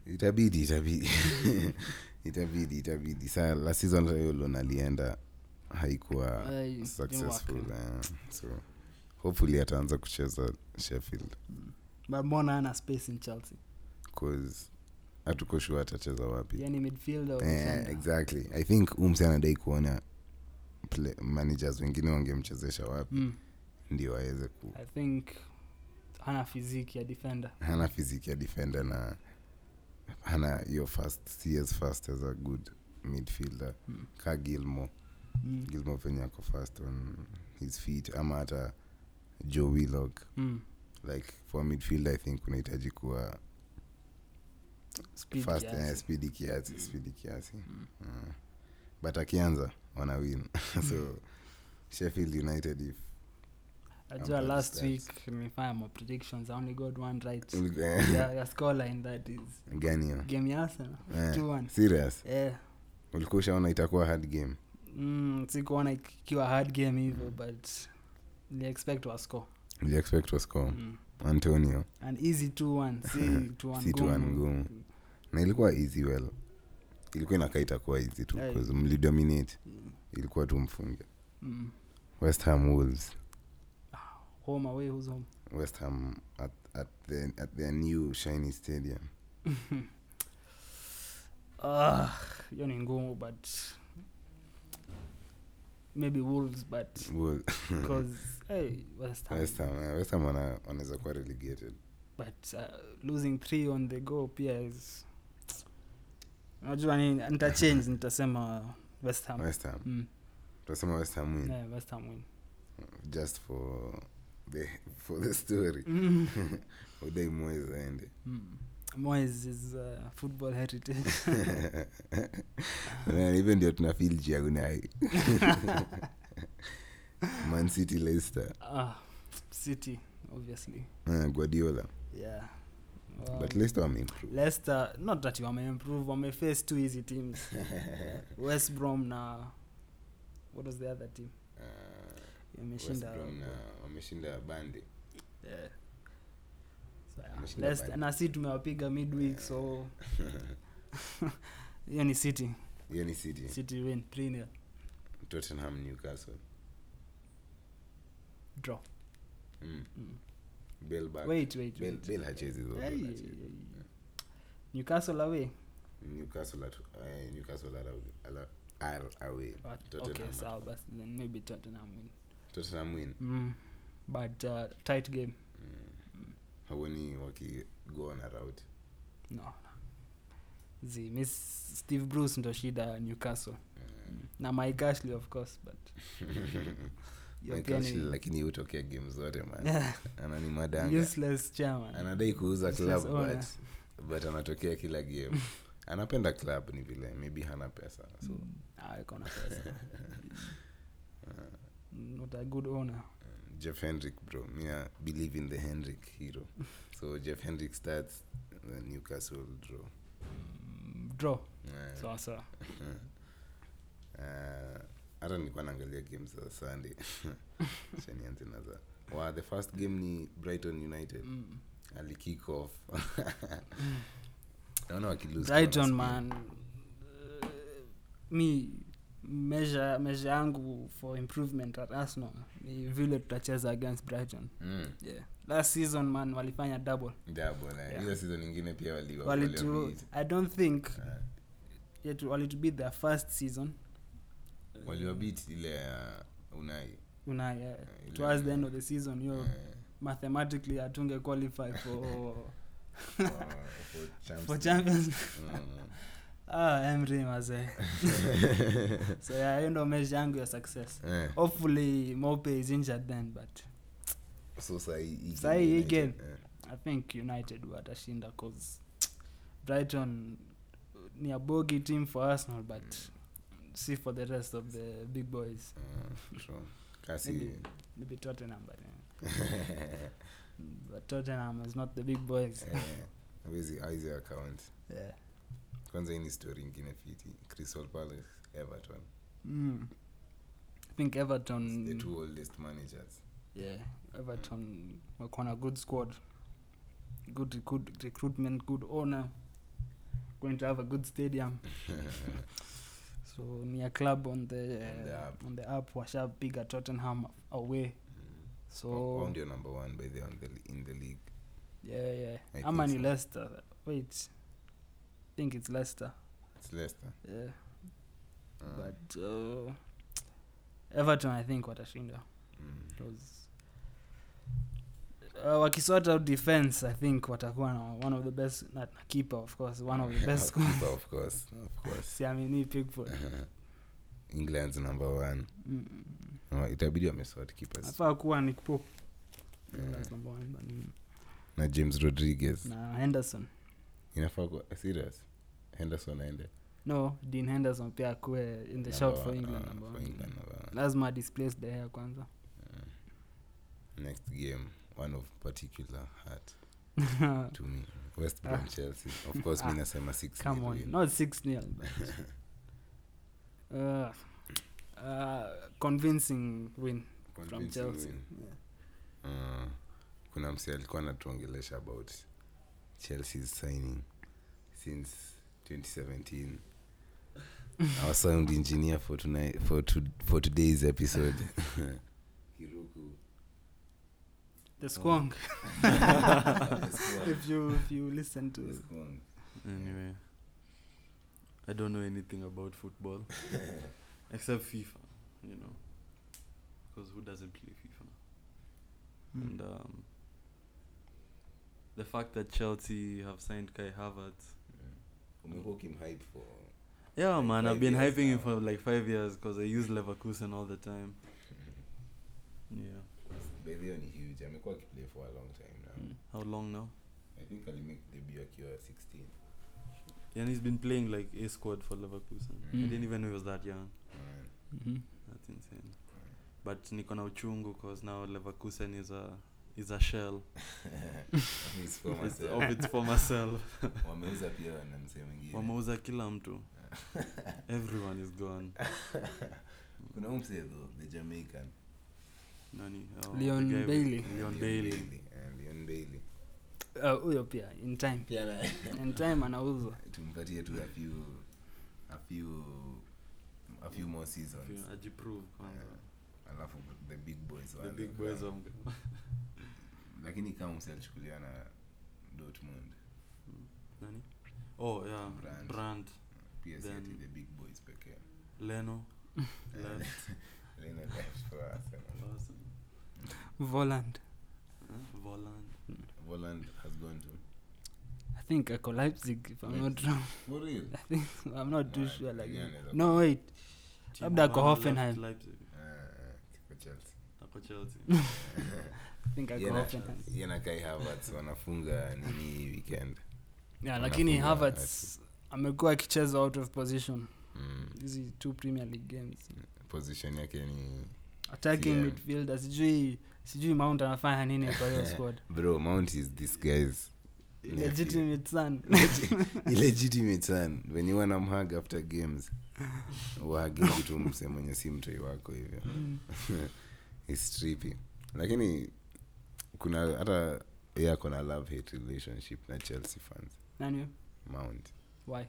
[SPEAKER 3] itabidi itabidi (laughs) itabidi itabidi saa la season hata hiyo loan alienda haikuwa
[SPEAKER 2] Uh,
[SPEAKER 3] Ah, successful eh. so hopefully ataanza kucheza sheffield
[SPEAKER 2] But mbona ana space in Chelsea?
[SPEAKER 3] cause hatuko sure atacheza wapi
[SPEAKER 2] Yani midfield or
[SPEAKER 3] Eh,
[SPEAKER 2] Yaani defender?
[SPEAKER 3] exactly i think huu mse anadai kuona play- managers wengine wangemchezesha wapi
[SPEAKER 2] Mm.
[SPEAKER 3] ndio waweze ku
[SPEAKER 2] I think hana fiziki ya defender.
[SPEAKER 3] hana physique ya defender na hana hiyo fast si as fast as a good midfielder
[SPEAKER 2] Mm.
[SPEAKER 3] ka gilmo
[SPEAKER 2] Mm.
[SPEAKER 3] gilmo venye ako fast on his feet ama hata joe willock
[SPEAKER 2] Mm.
[SPEAKER 3] like for midfield i think unahitaji kuwa
[SPEAKER 2] Speed
[SPEAKER 3] fast
[SPEAKER 2] kiasi.
[SPEAKER 3] eh, speedy kiasi speedy kiasi
[SPEAKER 2] Mm.
[SPEAKER 3] Mm. but akianza wana win (laughs)
[SPEAKER 2] Hmm.
[SPEAKER 3] so sheffield united if
[SPEAKER 2] Ajua
[SPEAKER 3] Ambaye
[SPEAKER 2] last
[SPEAKER 3] starts.
[SPEAKER 2] week nimefanya ma predictions I only got one right. (laughs)
[SPEAKER 3] (laughs) yeah.
[SPEAKER 2] yeah, yeah, scoreline that is
[SPEAKER 3] gani hiyo?
[SPEAKER 2] game ya Arsenal
[SPEAKER 3] Eh,
[SPEAKER 2] 2-1.
[SPEAKER 3] serious
[SPEAKER 2] Eh,
[SPEAKER 3] ulikuwa ushaona itakuwa hard game
[SPEAKER 2] mm, sikuona ik- ikiwa hard game hivyo but niliexpect wascore
[SPEAKER 3] uliexpect wascore
[SPEAKER 2] mm.
[SPEAKER 3] antonio
[SPEAKER 2] an easy (laughs) 2-1 si 2-1
[SPEAKER 3] si tu
[SPEAKER 2] ngumu.
[SPEAKER 3] ngumu na ilikuwa easy well ilikuwa inakaa itakuwa easy tu
[SPEAKER 2] Aye.
[SPEAKER 3] 'cause mlidominate ilikuwa tu mfunge
[SPEAKER 2] Mm.
[SPEAKER 3] west ham wolves
[SPEAKER 2] home away who's home
[SPEAKER 3] west ham at, at, the, at their new shiny stadium
[SPEAKER 2] Ah, hiyo ni ngumu but maybe wolves but (laughs)
[SPEAKER 3] Wol-
[SPEAKER 2] because hey, West Ham,
[SPEAKER 3] (laughs) west ham eh, west ham wana- wanaweza kuwa relegated
[SPEAKER 2] but uh, losing three on the go pia is unajua nini nitachange nitasema West Ham
[SPEAKER 3] west Mm. ham
[SPEAKER 2] mm.
[SPEAKER 3] tunasema west ham win
[SPEAKER 2] yeah, West Ham win
[SPEAKER 3] just for the, for the story
[SPEAKER 2] mm.
[SPEAKER 3] udai moyes aende
[SPEAKER 2] Mm. Moyes is uh, football heritage
[SPEAKER 3] (laughs) Na hivyo ndio tuna fil jiagunai mancity leicester
[SPEAKER 2] ah, City obviously
[SPEAKER 3] Ah, guardiola
[SPEAKER 2] yeah um,
[SPEAKER 3] but leicester wameimprove
[SPEAKER 2] Leicester not that wameimprove wameface two easy
[SPEAKER 3] (laughs)
[SPEAKER 2] teams West Brom na what was the other team
[SPEAKER 3] Ah, West
[SPEAKER 2] imeshinda
[SPEAKER 3] Brom na- wameshinda (laughs) bande
[SPEAKER 2] Yeah. So, yeah.
[SPEAKER 3] Wameshinda
[SPEAKER 2] Leicester-
[SPEAKER 3] bado.
[SPEAKER 2] na si tumewapiga midweek so (laughs) hiyo ni city
[SPEAKER 3] hiyo ni city
[SPEAKER 2] city win 3-0
[SPEAKER 3] tottenham newcastle
[SPEAKER 2] draw
[SPEAKER 3] mm.
[SPEAKER 2] Mm.
[SPEAKER 3] Bale back.
[SPEAKER 2] wait wait,
[SPEAKER 3] Bale-
[SPEAKER 2] wait.
[SPEAKER 3] Bale hachezi though, Bale
[SPEAKER 2] Hey.
[SPEAKER 3] hachezi.
[SPEAKER 2] newcastle away
[SPEAKER 3] Newcastle at- eh, Newcastle are out- ala- are away.
[SPEAKER 2] But-
[SPEAKER 3] Tottenham
[SPEAKER 2] okay
[SPEAKER 3] at-
[SPEAKER 2] sawa basi then maybe tottenham win
[SPEAKER 3] Tottenham win
[SPEAKER 2] mm. but uh, tight game
[SPEAKER 3] hauoni wakigo on a route (laughs)
[SPEAKER 2] no no. zi miss steve bruce ndo shida ya newcastle na mike ashley of course but hiyo
[SPEAKER 3] Mike
[SPEAKER 2] pia ni-
[SPEAKER 3] Ashley, lakini hutokea game zote
[SPEAKER 2] (laughs)
[SPEAKER 3] man
[SPEAKER 2] Yeah,
[SPEAKER 3] ana ni madanga
[SPEAKER 2] useless chairman
[SPEAKER 3] anadai kuuza club
[SPEAKER 2] Useless owner.
[SPEAKER 3] but, but anatokea kila game anapenda club ni vile maybe hana pesa so
[SPEAKER 2] Ah, iko na pesa (laughs) not a good owner
[SPEAKER 3] jeff hendrick bro mi na believe in the hendrick hero so jeff hendrick starts the newcastle draw
[SPEAKER 2] Mm, draw
[SPEAKER 3] Eh,
[SPEAKER 2] sawa sawa
[SPEAKER 3] eh, hata nilikuwa naangalia games za sunday (laughs) Acha nianze na za wa the first game ni brighton united
[SPEAKER 2] Mm.
[SPEAKER 3] alikick off (laughs) naona wakilose
[SPEAKER 2] brighton
[SPEAKER 3] kama
[SPEAKER 2] man uh, mi measure measure yangu for improvement at arsenal ni vile tutacheza against brighton
[SPEAKER 3] Spain. Mm,
[SPEAKER 2] yeah. last season man walifanya double
[SPEAKER 3] double, eh.
[SPEAKER 2] Yeah.
[SPEAKER 3] hiyo season ingine pia wali- wali-
[SPEAKER 2] walitu
[SPEAKER 3] waliwabeat.
[SPEAKER 2] i don't think
[SPEAKER 3] Eh,
[SPEAKER 2] yet walitubid their first season
[SPEAKER 3] waliwabeat ile ya unai
[SPEAKER 2] una yeah.
[SPEAKER 3] Eh, ile-
[SPEAKER 2] towards the end of the season hiyo
[SPEAKER 3] (laughs) eh,
[SPEAKER 2] mathematically hatunge qualify for
[SPEAKER 3] for- for Champions
[SPEAKER 2] for
[SPEAKER 3] League. (laughs)
[SPEAKER 2] champions
[SPEAKER 3] Mm.
[SPEAKER 2] (laughs) ah, Emery
[SPEAKER 3] (laughs)
[SPEAKER 2] mazee so yeah, hiyo ndo measure yangu ya success
[SPEAKER 3] Eh,
[SPEAKER 2] hopefully mope is injured then but
[SPEAKER 3] (laughs) so sahi hii
[SPEAKER 2] Sahi hii
[SPEAKER 3] United, eh,
[SPEAKER 2] i think united watashinda cause brighton ni a bogi team for arsenal but see for the rest of the big boys
[SPEAKER 3] eh, true. kasi (laughs)
[SPEAKER 2] Maybe. maybe tottenham but, eh, but tottenham is not the big boys
[SPEAKER 3] eh, hawezi- hawezi account
[SPEAKER 2] yeah.
[SPEAKER 3] kwanza hii ni story ingine fiti crystal palace everton
[SPEAKER 2] mm. i think everton
[SPEAKER 3] the two oldest managers
[SPEAKER 2] yeah everton wako na good squad good, good recruitment good owner going to have a good stadium so ni a club on the
[SPEAKER 3] On the up.
[SPEAKER 2] on the up washapiga tottenham away
[SPEAKER 3] Wa- (laughs) wao
[SPEAKER 2] so
[SPEAKER 3] Mm. ndio number one by the on the, li- in the league
[SPEAKER 2] yeah yeah
[SPEAKER 3] I
[SPEAKER 2] ama ni
[SPEAKER 3] think so.
[SPEAKER 2] leicester wait i think it's leicester
[SPEAKER 3] it's leicester
[SPEAKER 2] yeah
[SPEAKER 3] Ah,
[SPEAKER 2] but uh, everton i think watashinda
[SPEAKER 3] mm.
[SPEAKER 2] 'cause, uh, wakisort out defense i think watakuwa na one of the best na, na keeper of course one of
[SPEAKER 3] (laughs)
[SPEAKER 2] the best squad.
[SPEAKER 3] Keeper, of course of course
[SPEAKER 2] siamini
[SPEAKER 3] (laughs)
[SPEAKER 2] pickford
[SPEAKER 3] england's number one
[SPEAKER 2] Mm, mm, mm.
[SPEAKER 3] Oh, itabidi wamesort keepers
[SPEAKER 2] afaa kuwa ni Pope.
[SPEAKER 3] Yeah.
[SPEAKER 2] That's number one, but ni-
[SPEAKER 3] na james rodriguez
[SPEAKER 2] na henderson
[SPEAKER 3] inafaa kuwa serious henderson aende
[SPEAKER 2] no dean henderson pia akuwe in the
[SPEAKER 3] Number
[SPEAKER 2] shot for
[SPEAKER 3] one,
[SPEAKER 2] england
[SPEAKER 3] ah,
[SPEAKER 2] number
[SPEAKER 3] for
[SPEAKER 2] one.
[SPEAKER 3] England, number one.
[SPEAKER 2] lazima displace the hair kwanza (laughs)
[SPEAKER 3] next game one of particular heart to me west brom chelsea of course
[SPEAKER 2] (laughs)
[SPEAKER 3] mi
[SPEAKER 2] Ah,
[SPEAKER 3] nasema six
[SPEAKER 2] come
[SPEAKER 3] nil
[SPEAKER 2] on
[SPEAKER 3] win.
[SPEAKER 2] not 6 nil but
[SPEAKER 3] (laughs)
[SPEAKER 2] uh, uh, convincing win from
[SPEAKER 3] Convincing
[SPEAKER 2] chelsea
[SPEAKER 3] win.
[SPEAKER 2] yeah.
[SPEAKER 3] Uh, kuna mse alikuwa anatuongelesha about chelsea's signing since 2017 our sound engineer for, tonight, for, to, for today's episode (laughs) kiruku
[SPEAKER 2] the squonk (laughs) if you if you listen
[SPEAKER 3] Mm.
[SPEAKER 2] to
[SPEAKER 4] Anyway, I don't know anything about
[SPEAKER 3] (laughs)
[SPEAKER 4] football except FIFA, you know, because who doesn't play FIFA?
[SPEAKER 3] Hmm.
[SPEAKER 4] And um, the fact that Chelsea have signed Kai Havertz.
[SPEAKER 3] umekuwa ukimhype for
[SPEAKER 4] Yeah,
[SPEAKER 3] Like
[SPEAKER 4] man, I've
[SPEAKER 3] five
[SPEAKER 4] been
[SPEAKER 3] years
[SPEAKER 4] hyping him
[SPEAKER 3] now.
[SPEAKER 4] for like five years because I use Leverkusen all the time. Yeah.
[SPEAKER 3] bedhio ni huge amekuwa akiplay for a long time now
[SPEAKER 4] How long now?
[SPEAKER 3] i think alimake debut akiwa 16
[SPEAKER 4] Yeah, and he's been playing like A squad for Leverkusen.
[SPEAKER 3] Hmm.
[SPEAKER 4] I
[SPEAKER 2] Mm.
[SPEAKER 4] didn't even know he was that young.
[SPEAKER 3] (laughs) Alright.
[SPEAKER 2] Mhm.
[SPEAKER 4] That's insane. But niko na uchungu because now Leverkusen is a is a (laughs) shell
[SPEAKER 3] At least for
[SPEAKER 4] It's
[SPEAKER 3] myself.
[SPEAKER 4] of its former self. (laughs)
[SPEAKER 3] wameuza pia wanamsee mwingine
[SPEAKER 4] Wameuza kila mtu. Everyone is gone.
[SPEAKER 3] kuna umsee though the jamaican
[SPEAKER 4] Nani? Oh,
[SPEAKER 2] Leon
[SPEAKER 4] the guy with-
[SPEAKER 2] Bailey.
[SPEAKER 4] Leon Bailey.
[SPEAKER 3] Eh, Leon Bailey.
[SPEAKER 2] Uh, huyo pia in time in time anauzwa
[SPEAKER 3] tumpatie tu a few a few a few more seasons Eh,
[SPEAKER 4] If you Ajiprove kwanza.
[SPEAKER 3] alafu the big boys
[SPEAKER 4] The
[SPEAKER 3] waanze
[SPEAKER 4] big boys
[SPEAKER 3] kukaa.
[SPEAKER 4] of
[SPEAKER 3] lakini kama umsee alichukuliwa na dortmund
[SPEAKER 4] (laughs) Nani? Oh, yeah.
[SPEAKER 3] Brand.
[SPEAKER 4] Brand.
[SPEAKER 3] pia si
[SPEAKER 4] Then-
[SPEAKER 3] ati the big boys pekee
[SPEAKER 4] Leno. (laughs)
[SPEAKER 3] Eh,
[SPEAKER 4] Left.
[SPEAKER 3] Leno left for Arsenal.
[SPEAKER 4] Larsen.
[SPEAKER 2] voland
[SPEAKER 4] Huh? Voland.
[SPEAKER 3] Voland has gone to
[SPEAKER 2] i think ako leipzig if i'm not wrong
[SPEAKER 3] for real
[SPEAKER 2] i think i'm not too
[SPEAKER 3] Ah,
[SPEAKER 2] sure like
[SPEAKER 3] pengine
[SPEAKER 2] no wait
[SPEAKER 4] Timo
[SPEAKER 2] Labda ako
[SPEAKER 4] Werner left
[SPEAKER 2] Hoffenheim.
[SPEAKER 4] Leipzig.
[SPEAKER 3] Eh, kwa Chelsea. (laughs)
[SPEAKER 4] Ako
[SPEAKER 2] (laughs)
[SPEAKER 4] Chelsea.
[SPEAKER 2] i think ako
[SPEAKER 3] Yeye na-
[SPEAKER 2] Hoffenheim.
[SPEAKER 3] yeye na Kai Havertz wanafunga nini weekend
[SPEAKER 2] yeah
[SPEAKER 3] Wanafunga
[SPEAKER 2] lakini
[SPEAKER 3] Havertz.
[SPEAKER 2] Havertz amekuwa akicheza out of position
[SPEAKER 3] mm.
[SPEAKER 2] hizi two premier league games
[SPEAKER 3] position yake ni
[SPEAKER 2] attacking
[SPEAKER 3] Yeah.
[SPEAKER 2] midfielder sijui sijui mount anafanya nini kwa (laughs) hiyo squad
[SPEAKER 3] bro mount is this (laughs) guys
[SPEAKER 2] legitimate son (laughs)
[SPEAKER 3] illegitimate son wenye wanamhag after games wahagingi tu mse mwenye si mtoi wako hivyo It's trippy. lakini kuna hata yeye ako na love hate relationship na chelsea fans
[SPEAKER 2] nani huyo?
[SPEAKER 3] mount
[SPEAKER 2] why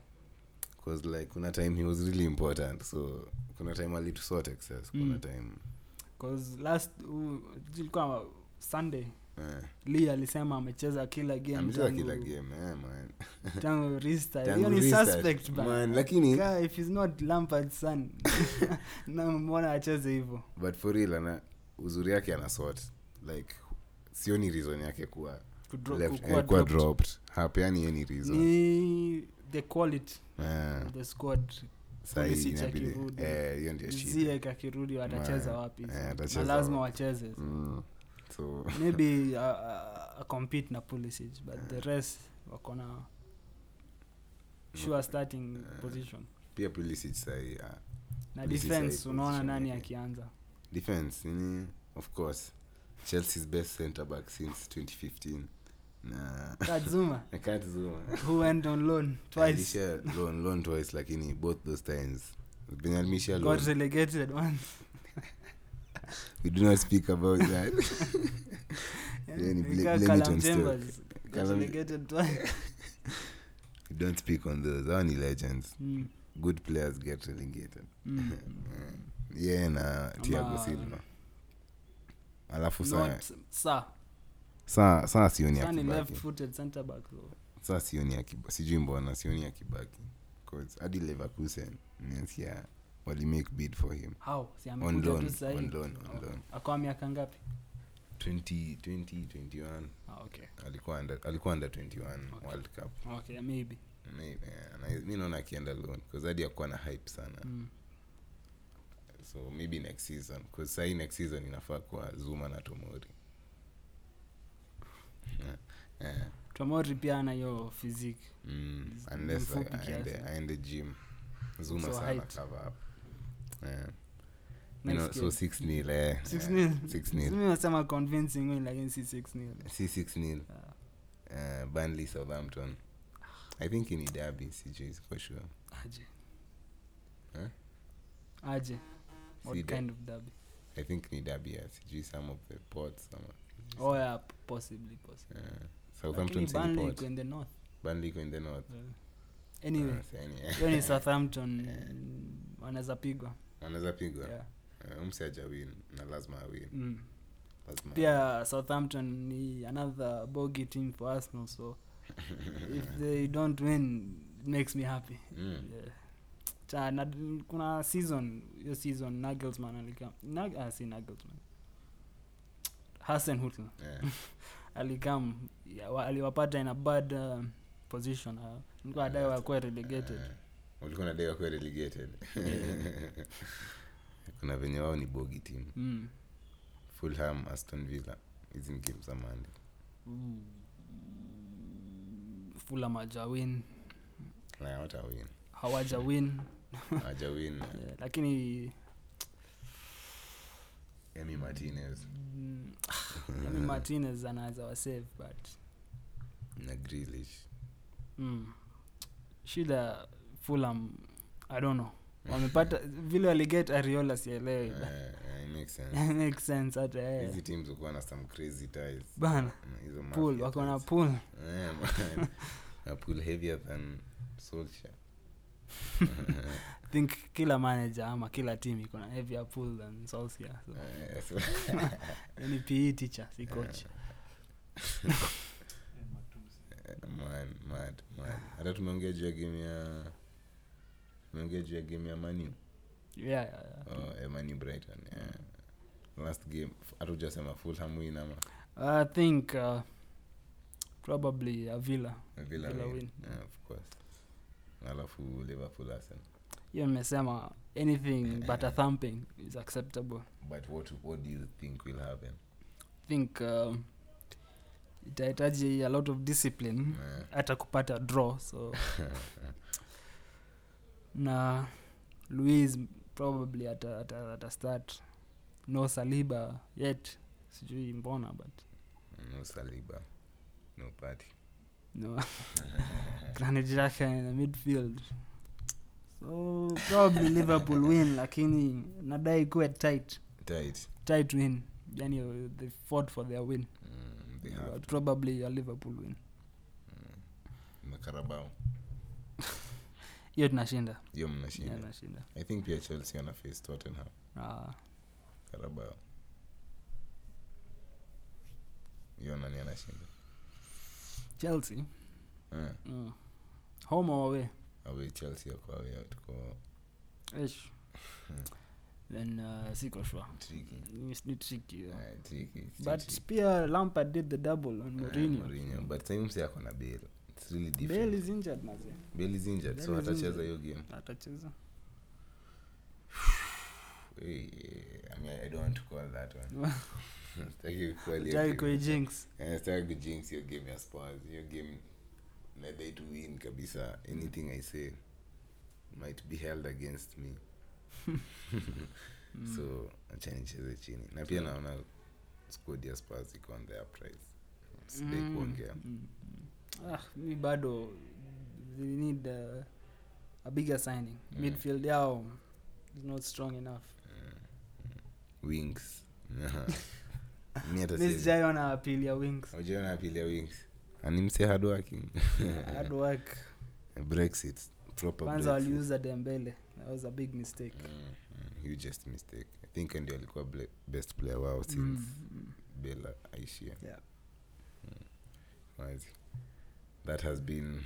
[SPEAKER 3] cause like kuna time he was really important so kuna time alitusua texas kuna
[SPEAKER 2] Mm.
[SPEAKER 3] time
[SPEAKER 2] cause last uh, ilikuwa sunday
[SPEAKER 3] eh,
[SPEAKER 2] lee alisema amecheza kila game
[SPEAKER 3] amecheza
[SPEAKER 2] tangu-
[SPEAKER 3] kila game eh, man.
[SPEAKER 2] (laughs) tangu restart
[SPEAKER 3] Tangu
[SPEAKER 2] hiyo ni
[SPEAKER 3] restart.
[SPEAKER 2] suspect
[SPEAKER 3] Man,
[SPEAKER 2] bana
[SPEAKER 3] lakini
[SPEAKER 2] Guy, if he's not Lampard son (laughs) na mbona acheze hivyo
[SPEAKER 3] but for real ana uzuri yake ana sort like sioni reason yake kuwa
[SPEAKER 2] To drop-
[SPEAKER 3] left-
[SPEAKER 2] kukuwa
[SPEAKER 3] eh, kuwa
[SPEAKER 2] dropped.
[SPEAKER 3] dropped hapeani any reason
[SPEAKER 2] ni the quality
[SPEAKER 3] Eh,
[SPEAKER 2] of the squad
[SPEAKER 3] sahi
[SPEAKER 2] Pulisic
[SPEAKER 3] inabidi-
[SPEAKER 2] akirudi.
[SPEAKER 3] eh, hiyo ndio shida
[SPEAKER 2] ziek akirudi watacheza
[SPEAKER 3] Ma-
[SPEAKER 2] wapi
[SPEAKER 3] eh,
[SPEAKER 2] na
[SPEAKER 3] atacheza
[SPEAKER 2] lazima
[SPEAKER 3] wapi.
[SPEAKER 2] wacheze
[SPEAKER 3] Mm. (laughs) so
[SPEAKER 2] maybe uh, uh, compete na Pulisic but the rest wako na sure starting
[SPEAKER 3] Eh.
[SPEAKER 2] position
[SPEAKER 3] pia Pulisic sahi ah,
[SPEAKER 2] na
[SPEAKER 3] Pulisic
[SPEAKER 2] defense
[SPEAKER 3] side
[SPEAKER 2] unaona
[SPEAKER 3] position
[SPEAKER 2] nani
[SPEAKER 3] yake.
[SPEAKER 2] akianza
[SPEAKER 3] defense nini of course chelsea's best center back since 2015 na (laughs)
[SPEAKER 2] kazuma
[SPEAKER 3] na Kurt Zouma.
[SPEAKER 2] who went on loan twice
[SPEAKER 3] Alisha loan- loan twice lakini both those times Venye alisha loan,
[SPEAKER 2] got relegated
[SPEAKER 3] (laughs)
[SPEAKER 2] once
[SPEAKER 3] we do not speak about that (laughs) Yeah, ni Bla-
[SPEAKER 2] Ika-
[SPEAKER 3] Blame it
[SPEAKER 2] Callum
[SPEAKER 3] on Stoke.
[SPEAKER 2] Chambers got
[SPEAKER 3] Callum-
[SPEAKER 2] relegated
[SPEAKER 3] (laughs)
[SPEAKER 2] twice
[SPEAKER 3] we don't speak on those hao ni legends
[SPEAKER 2] Mm,
[SPEAKER 3] good players get relegated
[SPEAKER 2] mm.
[SPEAKER 3] yeah na tiago
[SPEAKER 2] Ama-
[SPEAKER 3] silva alafu saa
[SPEAKER 2] Not Sa.
[SPEAKER 3] saa saa sioni
[SPEAKER 2] Sa ni
[SPEAKER 3] akibaki
[SPEAKER 2] left-footed centre back though.
[SPEAKER 3] saa sioni akibaki sijui mbona sioni akibaki 'Cause hadi leverkusen nimesikia walimake bid for him
[SPEAKER 2] How? Si
[SPEAKER 3] on
[SPEAKER 2] amekuja tu
[SPEAKER 3] loan
[SPEAKER 2] sahi.
[SPEAKER 3] on loan on loan
[SPEAKER 2] Akawa miaka ngapi?
[SPEAKER 3] 20 20 21
[SPEAKER 2] Ah, okay.
[SPEAKER 3] alikuwa under, alikuwa under 21
[SPEAKER 2] Okay.
[SPEAKER 3] world cup
[SPEAKER 2] Okay, maybe.
[SPEAKER 3] Maybe, yeah. Na- mi naona akienda loan 'cause hadi akuwa na hype sana
[SPEAKER 2] Mm.
[SPEAKER 3] so maybe next season 'cause sahii next season inafaa kuwa zuma na
[SPEAKER 2] (laughs)
[SPEAKER 3] tomori Eh, eh,
[SPEAKER 2] Tomori pia ana hiyo physique.
[SPEAKER 3] mm,
[SPEAKER 2] Ni
[SPEAKER 3] unless
[SPEAKER 2] mfupi
[SPEAKER 3] a- aende-
[SPEAKER 2] kiasi.
[SPEAKER 3] aende gym zuma
[SPEAKER 2] So
[SPEAKER 3] sana
[SPEAKER 2] height.
[SPEAKER 3] cover up Eh, you
[SPEAKER 2] Next
[SPEAKER 3] know, so
[SPEAKER 2] game.
[SPEAKER 3] 6 nil eh,
[SPEAKER 2] Six
[SPEAKER 3] eh,
[SPEAKER 2] nil.
[SPEAKER 3] six
[SPEAKER 2] Sisi
[SPEAKER 3] nil
[SPEAKER 2] nasema convincing win lakini si 6 nil.
[SPEAKER 3] si 6 nil
[SPEAKER 2] Ah.
[SPEAKER 3] eh, Burnley, southampton i think ini derby sijui for sure
[SPEAKER 2] Aje.
[SPEAKER 3] Eh?
[SPEAKER 2] aje what
[SPEAKER 3] Sida.
[SPEAKER 2] kind of derby
[SPEAKER 3] i think ni dabia sijui some of the ports ama
[SPEAKER 2] oh yeah p- possibly possibly
[SPEAKER 3] yeah.
[SPEAKER 2] lakini
[SPEAKER 3] southampton si
[SPEAKER 2] Burnley
[SPEAKER 3] port
[SPEAKER 2] iko in the north
[SPEAKER 3] Burnley iko in the north
[SPEAKER 2] Uh, anyway
[SPEAKER 3] Ah, so anyway.
[SPEAKER 2] hiyo ni
[SPEAKER 3] (laughs)
[SPEAKER 2] southampton wanaweza pigwa
[SPEAKER 3] wanaweza pigwa
[SPEAKER 2] yeah.
[SPEAKER 3] Eh, umse ajawin na lazima awin
[SPEAKER 2] mm.
[SPEAKER 3] lazima
[SPEAKER 2] pia southampton ni another bogy team for arsenal
[SPEAKER 3] (laughs)
[SPEAKER 2] so if they don't win it makes me happy
[SPEAKER 3] Mm.
[SPEAKER 2] yeah. Cha, na, kuna season hiyo season nagelsman alikam nag, ah, si nagelsman hasen hutl
[SPEAKER 3] Yeah.
[SPEAKER 2] alikam ya, wa- aliwapata in a bad uh, position uh, nikuwa adai wakuwa relegated
[SPEAKER 3] Eh, ulikuwa nadai wakuwa relegated
[SPEAKER 2] (laughs)
[SPEAKER 3] kuna venye wao ni bogi team
[SPEAKER 2] mm.
[SPEAKER 3] fulham aston villa hizi ni game za mande
[SPEAKER 2] fulam hawajawin
[SPEAKER 3] na watawin
[SPEAKER 2] hawajawin
[SPEAKER 3] hawajawin
[SPEAKER 2] yeah, lakini
[SPEAKER 3] emi martinez
[SPEAKER 2] mm, Yemi martinez anaweza wasave but
[SPEAKER 3] na grilish
[SPEAKER 2] mm, shida fulam i don't know wamepata vile waliget ariola sielewi but
[SPEAKER 3] Eh, makes sense
[SPEAKER 2] (laughs) make sense hata yeye.
[SPEAKER 3] hizi teams hukuwa na some crazy ties
[SPEAKER 2] bana
[SPEAKER 3] Mm, hizo mafia
[SPEAKER 2] pool wako na
[SPEAKER 3] ties.
[SPEAKER 2] pool
[SPEAKER 3] Eh,
[SPEAKER 2] (laughs)
[SPEAKER 3] man. A pool heavier than Solskjaer.
[SPEAKER 2] I think kila manager ama kila team iko na heavier pool than Solskjaer. so
[SPEAKER 3] Eh, so-
[SPEAKER 2] ni pe Yaani E teacher si coach
[SPEAKER 3] man mad mad hata tumeongea juu ya game ya tumeongea juu ya game ya manu
[SPEAKER 2] yeah, yeah, yeah.
[SPEAKER 3] oh, ya manu brighton yeah. last game hatujasema fulham win ama
[SPEAKER 2] i think uh, probably avila
[SPEAKER 3] villa
[SPEAKER 2] Villa
[SPEAKER 3] win
[SPEAKER 2] win.
[SPEAKER 3] yeah, of course alafu liverpool arsenal
[SPEAKER 2] hiyo nimesema anything but a thumping is acceptable
[SPEAKER 3] but what, what do you think will happen
[SPEAKER 2] think um, itahitaji a lot of discipline
[SPEAKER 3] Eh,
[SPEAKER 2] hata kupata draw so (laughs) na louis probably ata, ata, ata start no saliba yet sijui mbona but
[SPEAKER 3] no saliba no party
[SPEAKER 2] no (laughs) granit Xhaka in the midfield so probably liverpool win lakini nadai kuwe tight
[SPEAKER 3] tight
[SPEAKER 2] tight win yani uh, they fought for their win
[SPEAKER 3] mm, they have
[SPEAKER 2] But probably a liverpool win
[SPEAKER 3] makarabao
[SPEAKER 2] hiyo tunashinda
[SPEAKER 3] hiyo
[SPEAKER 2] hiyo
[SPEAKER 3] mnashinda
[SPEAKER 2] tunashinda
[SPEAKER 3] i think pia chelsea wana face tottenham
[SPEAKER 2] Ah,
[SPEAKER 3] karabao hiyo nani anashinda
[SPEAKER 2] chelsea
[SPEAKER 3] Eh,
[SPEAKER 2] mm. home or away
[SPEAKER 3] away Ah, chelsea wako away tuko
[SPEAKER 2] Eish. then uh, siko sure
[SPEAKER 3] tricky
[SPEAKER 2] Ni- ni tricky yeah.
[SPEAKER 3] Eh, tricky si
[SPEAKER 2] but
[SPEAKER 3] tricky.
[SPEAKER 2] pia lampard did the double on
[SPEAKER 3] Eh,
[SPEAKER 2] Mourinho.
[SPEAKER 3] Mourinho, but time mse ako na Bale. It's really different.
[SPEAKER 2] Bale is injured maze
[SPEAKER 3] Bale is injured so
[SPEAKER 2] Bale is
[SPEAKER 3] atacheza
[SPEAKER 2] injured.
[SPEAKER 3] hiyo game
[SPEAKER 2] atacheza
[SPEAKER 3] Eh, I mean, I don't want to call that one.
[SPEAKER 2] (laughs)
[SPEAKER 3] Sitaki kucall hiyo
[SPEAKER 2] Hataki
[SPEAKER 3] game.
[SPEAKER 2] kuijinx.
[SPEAKER 3] Eh, sitaki kujinx hiyo game ya Spurs. hiyo game nadai to win kabisa anything i say might be held
[SPEAKER 2] (laughs)
[SPEAKER 3] against me so achanicheze chini na pia naona squad ya Spurs iko on the uprise sidai
[SPEAKER 2] Mm,
[SPEAKER 3] kuongea
[SPEAKER 2] mm. Ah, mi bado they need uh, a bigger signing
[SPEAKER 3] Mm.
[SPEAKER 2] midfield yao is not strong enough (laughs)
[SPEAKER 3] wings mi hata
[SPEAKER 2] mi
[SPEAKER 3] siwezi-
[SPEAKER 2] sijaiona appeal ya wings
[SPEAKER 3] (laughs) Ujiona appeal ya wings animse hard working
[SPEAKER 2] hard work
[SPEAKER 3] (laughs) brexit proper
[SPEAKER 2] kwanza
[SPEAKER 3] Brexit.
[SPEAKER 2] waliuza dembele that was a big mistake
[SPEAKER 3] Mm, mm, hugest mistake i think ndio alikuwa ble- best player wao since
[SPEAKER 2] Mm,
[SPEAKER 3] bela aishia
[SPEAKER 2] Yeah.
[SPEAKER 3] Mm. Wazi. that has been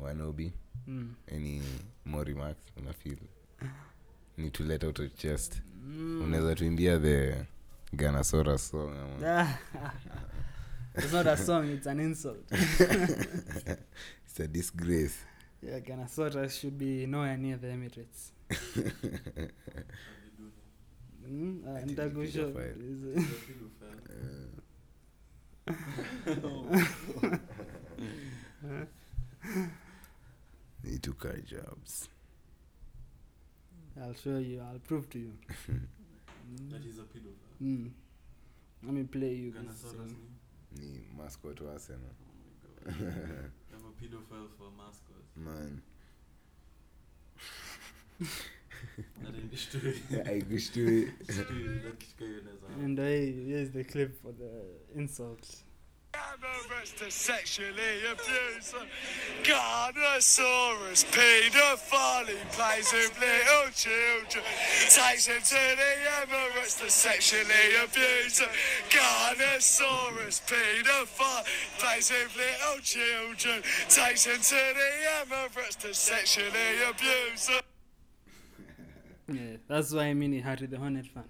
[SPEAKER 3] wanobi
[SPEAKER 2] mm.
[SPEAKER 3] any more remarks unafeel need to let out a chest
[SPEAKER 2] Mm. (laughs)
[SPEAKER 3] unaweza tuimbia the ganasora song ama-
[SPEAKER 2] Ah. it's not a song it's an insult
[SPEAKER 3] (laughs) it's a disgrace (laughs)
[SPEAKER 2] yeah ganasota should be nowhere near the emirates mm? ah,
[SPEAKER 3] Ati
[SPEAKER 2] nitakusho-
[SPEAKER 3] nilipiga fire.
[SPEAKER 2] is- (laughs)
[SPEAKER 3] They took our jobs.
[SPEAKER 2] i'll show you i'll prove to you
[SPEAKER 3] (laughs)
[SPEAKER 4] That is a pedophile.
[SPEAKER 2] mm. let me play you this
[SPEAKER 4] Ganosaurus
[SPEAKER 2] song.
[SPEAKER 4] ni-
[SPEAKER 3] Ni mascot wa Arsenal.
[SPEAKER 4] Oh my (laughs) god. I'm
[SPEAKER 2] (laughs)
[SPEAKER 4] a pedophile for a mascot.
[SPEAKER 3] Man. aikushtui
[SPEAKER 2] And I, here's the clip for the insult.
[SPEAKER 5] I'm arrested sexually abused. Garnosaurus paedophile he plays with little children. Takes him to the Emirates to sexually abuse. him. Garnosaurus paedophile plays with little children. Takes him to the Emirates to sexually abuse. him.
[SPEAKER 2] Yeah, that's why I mean he had the Hornet fan.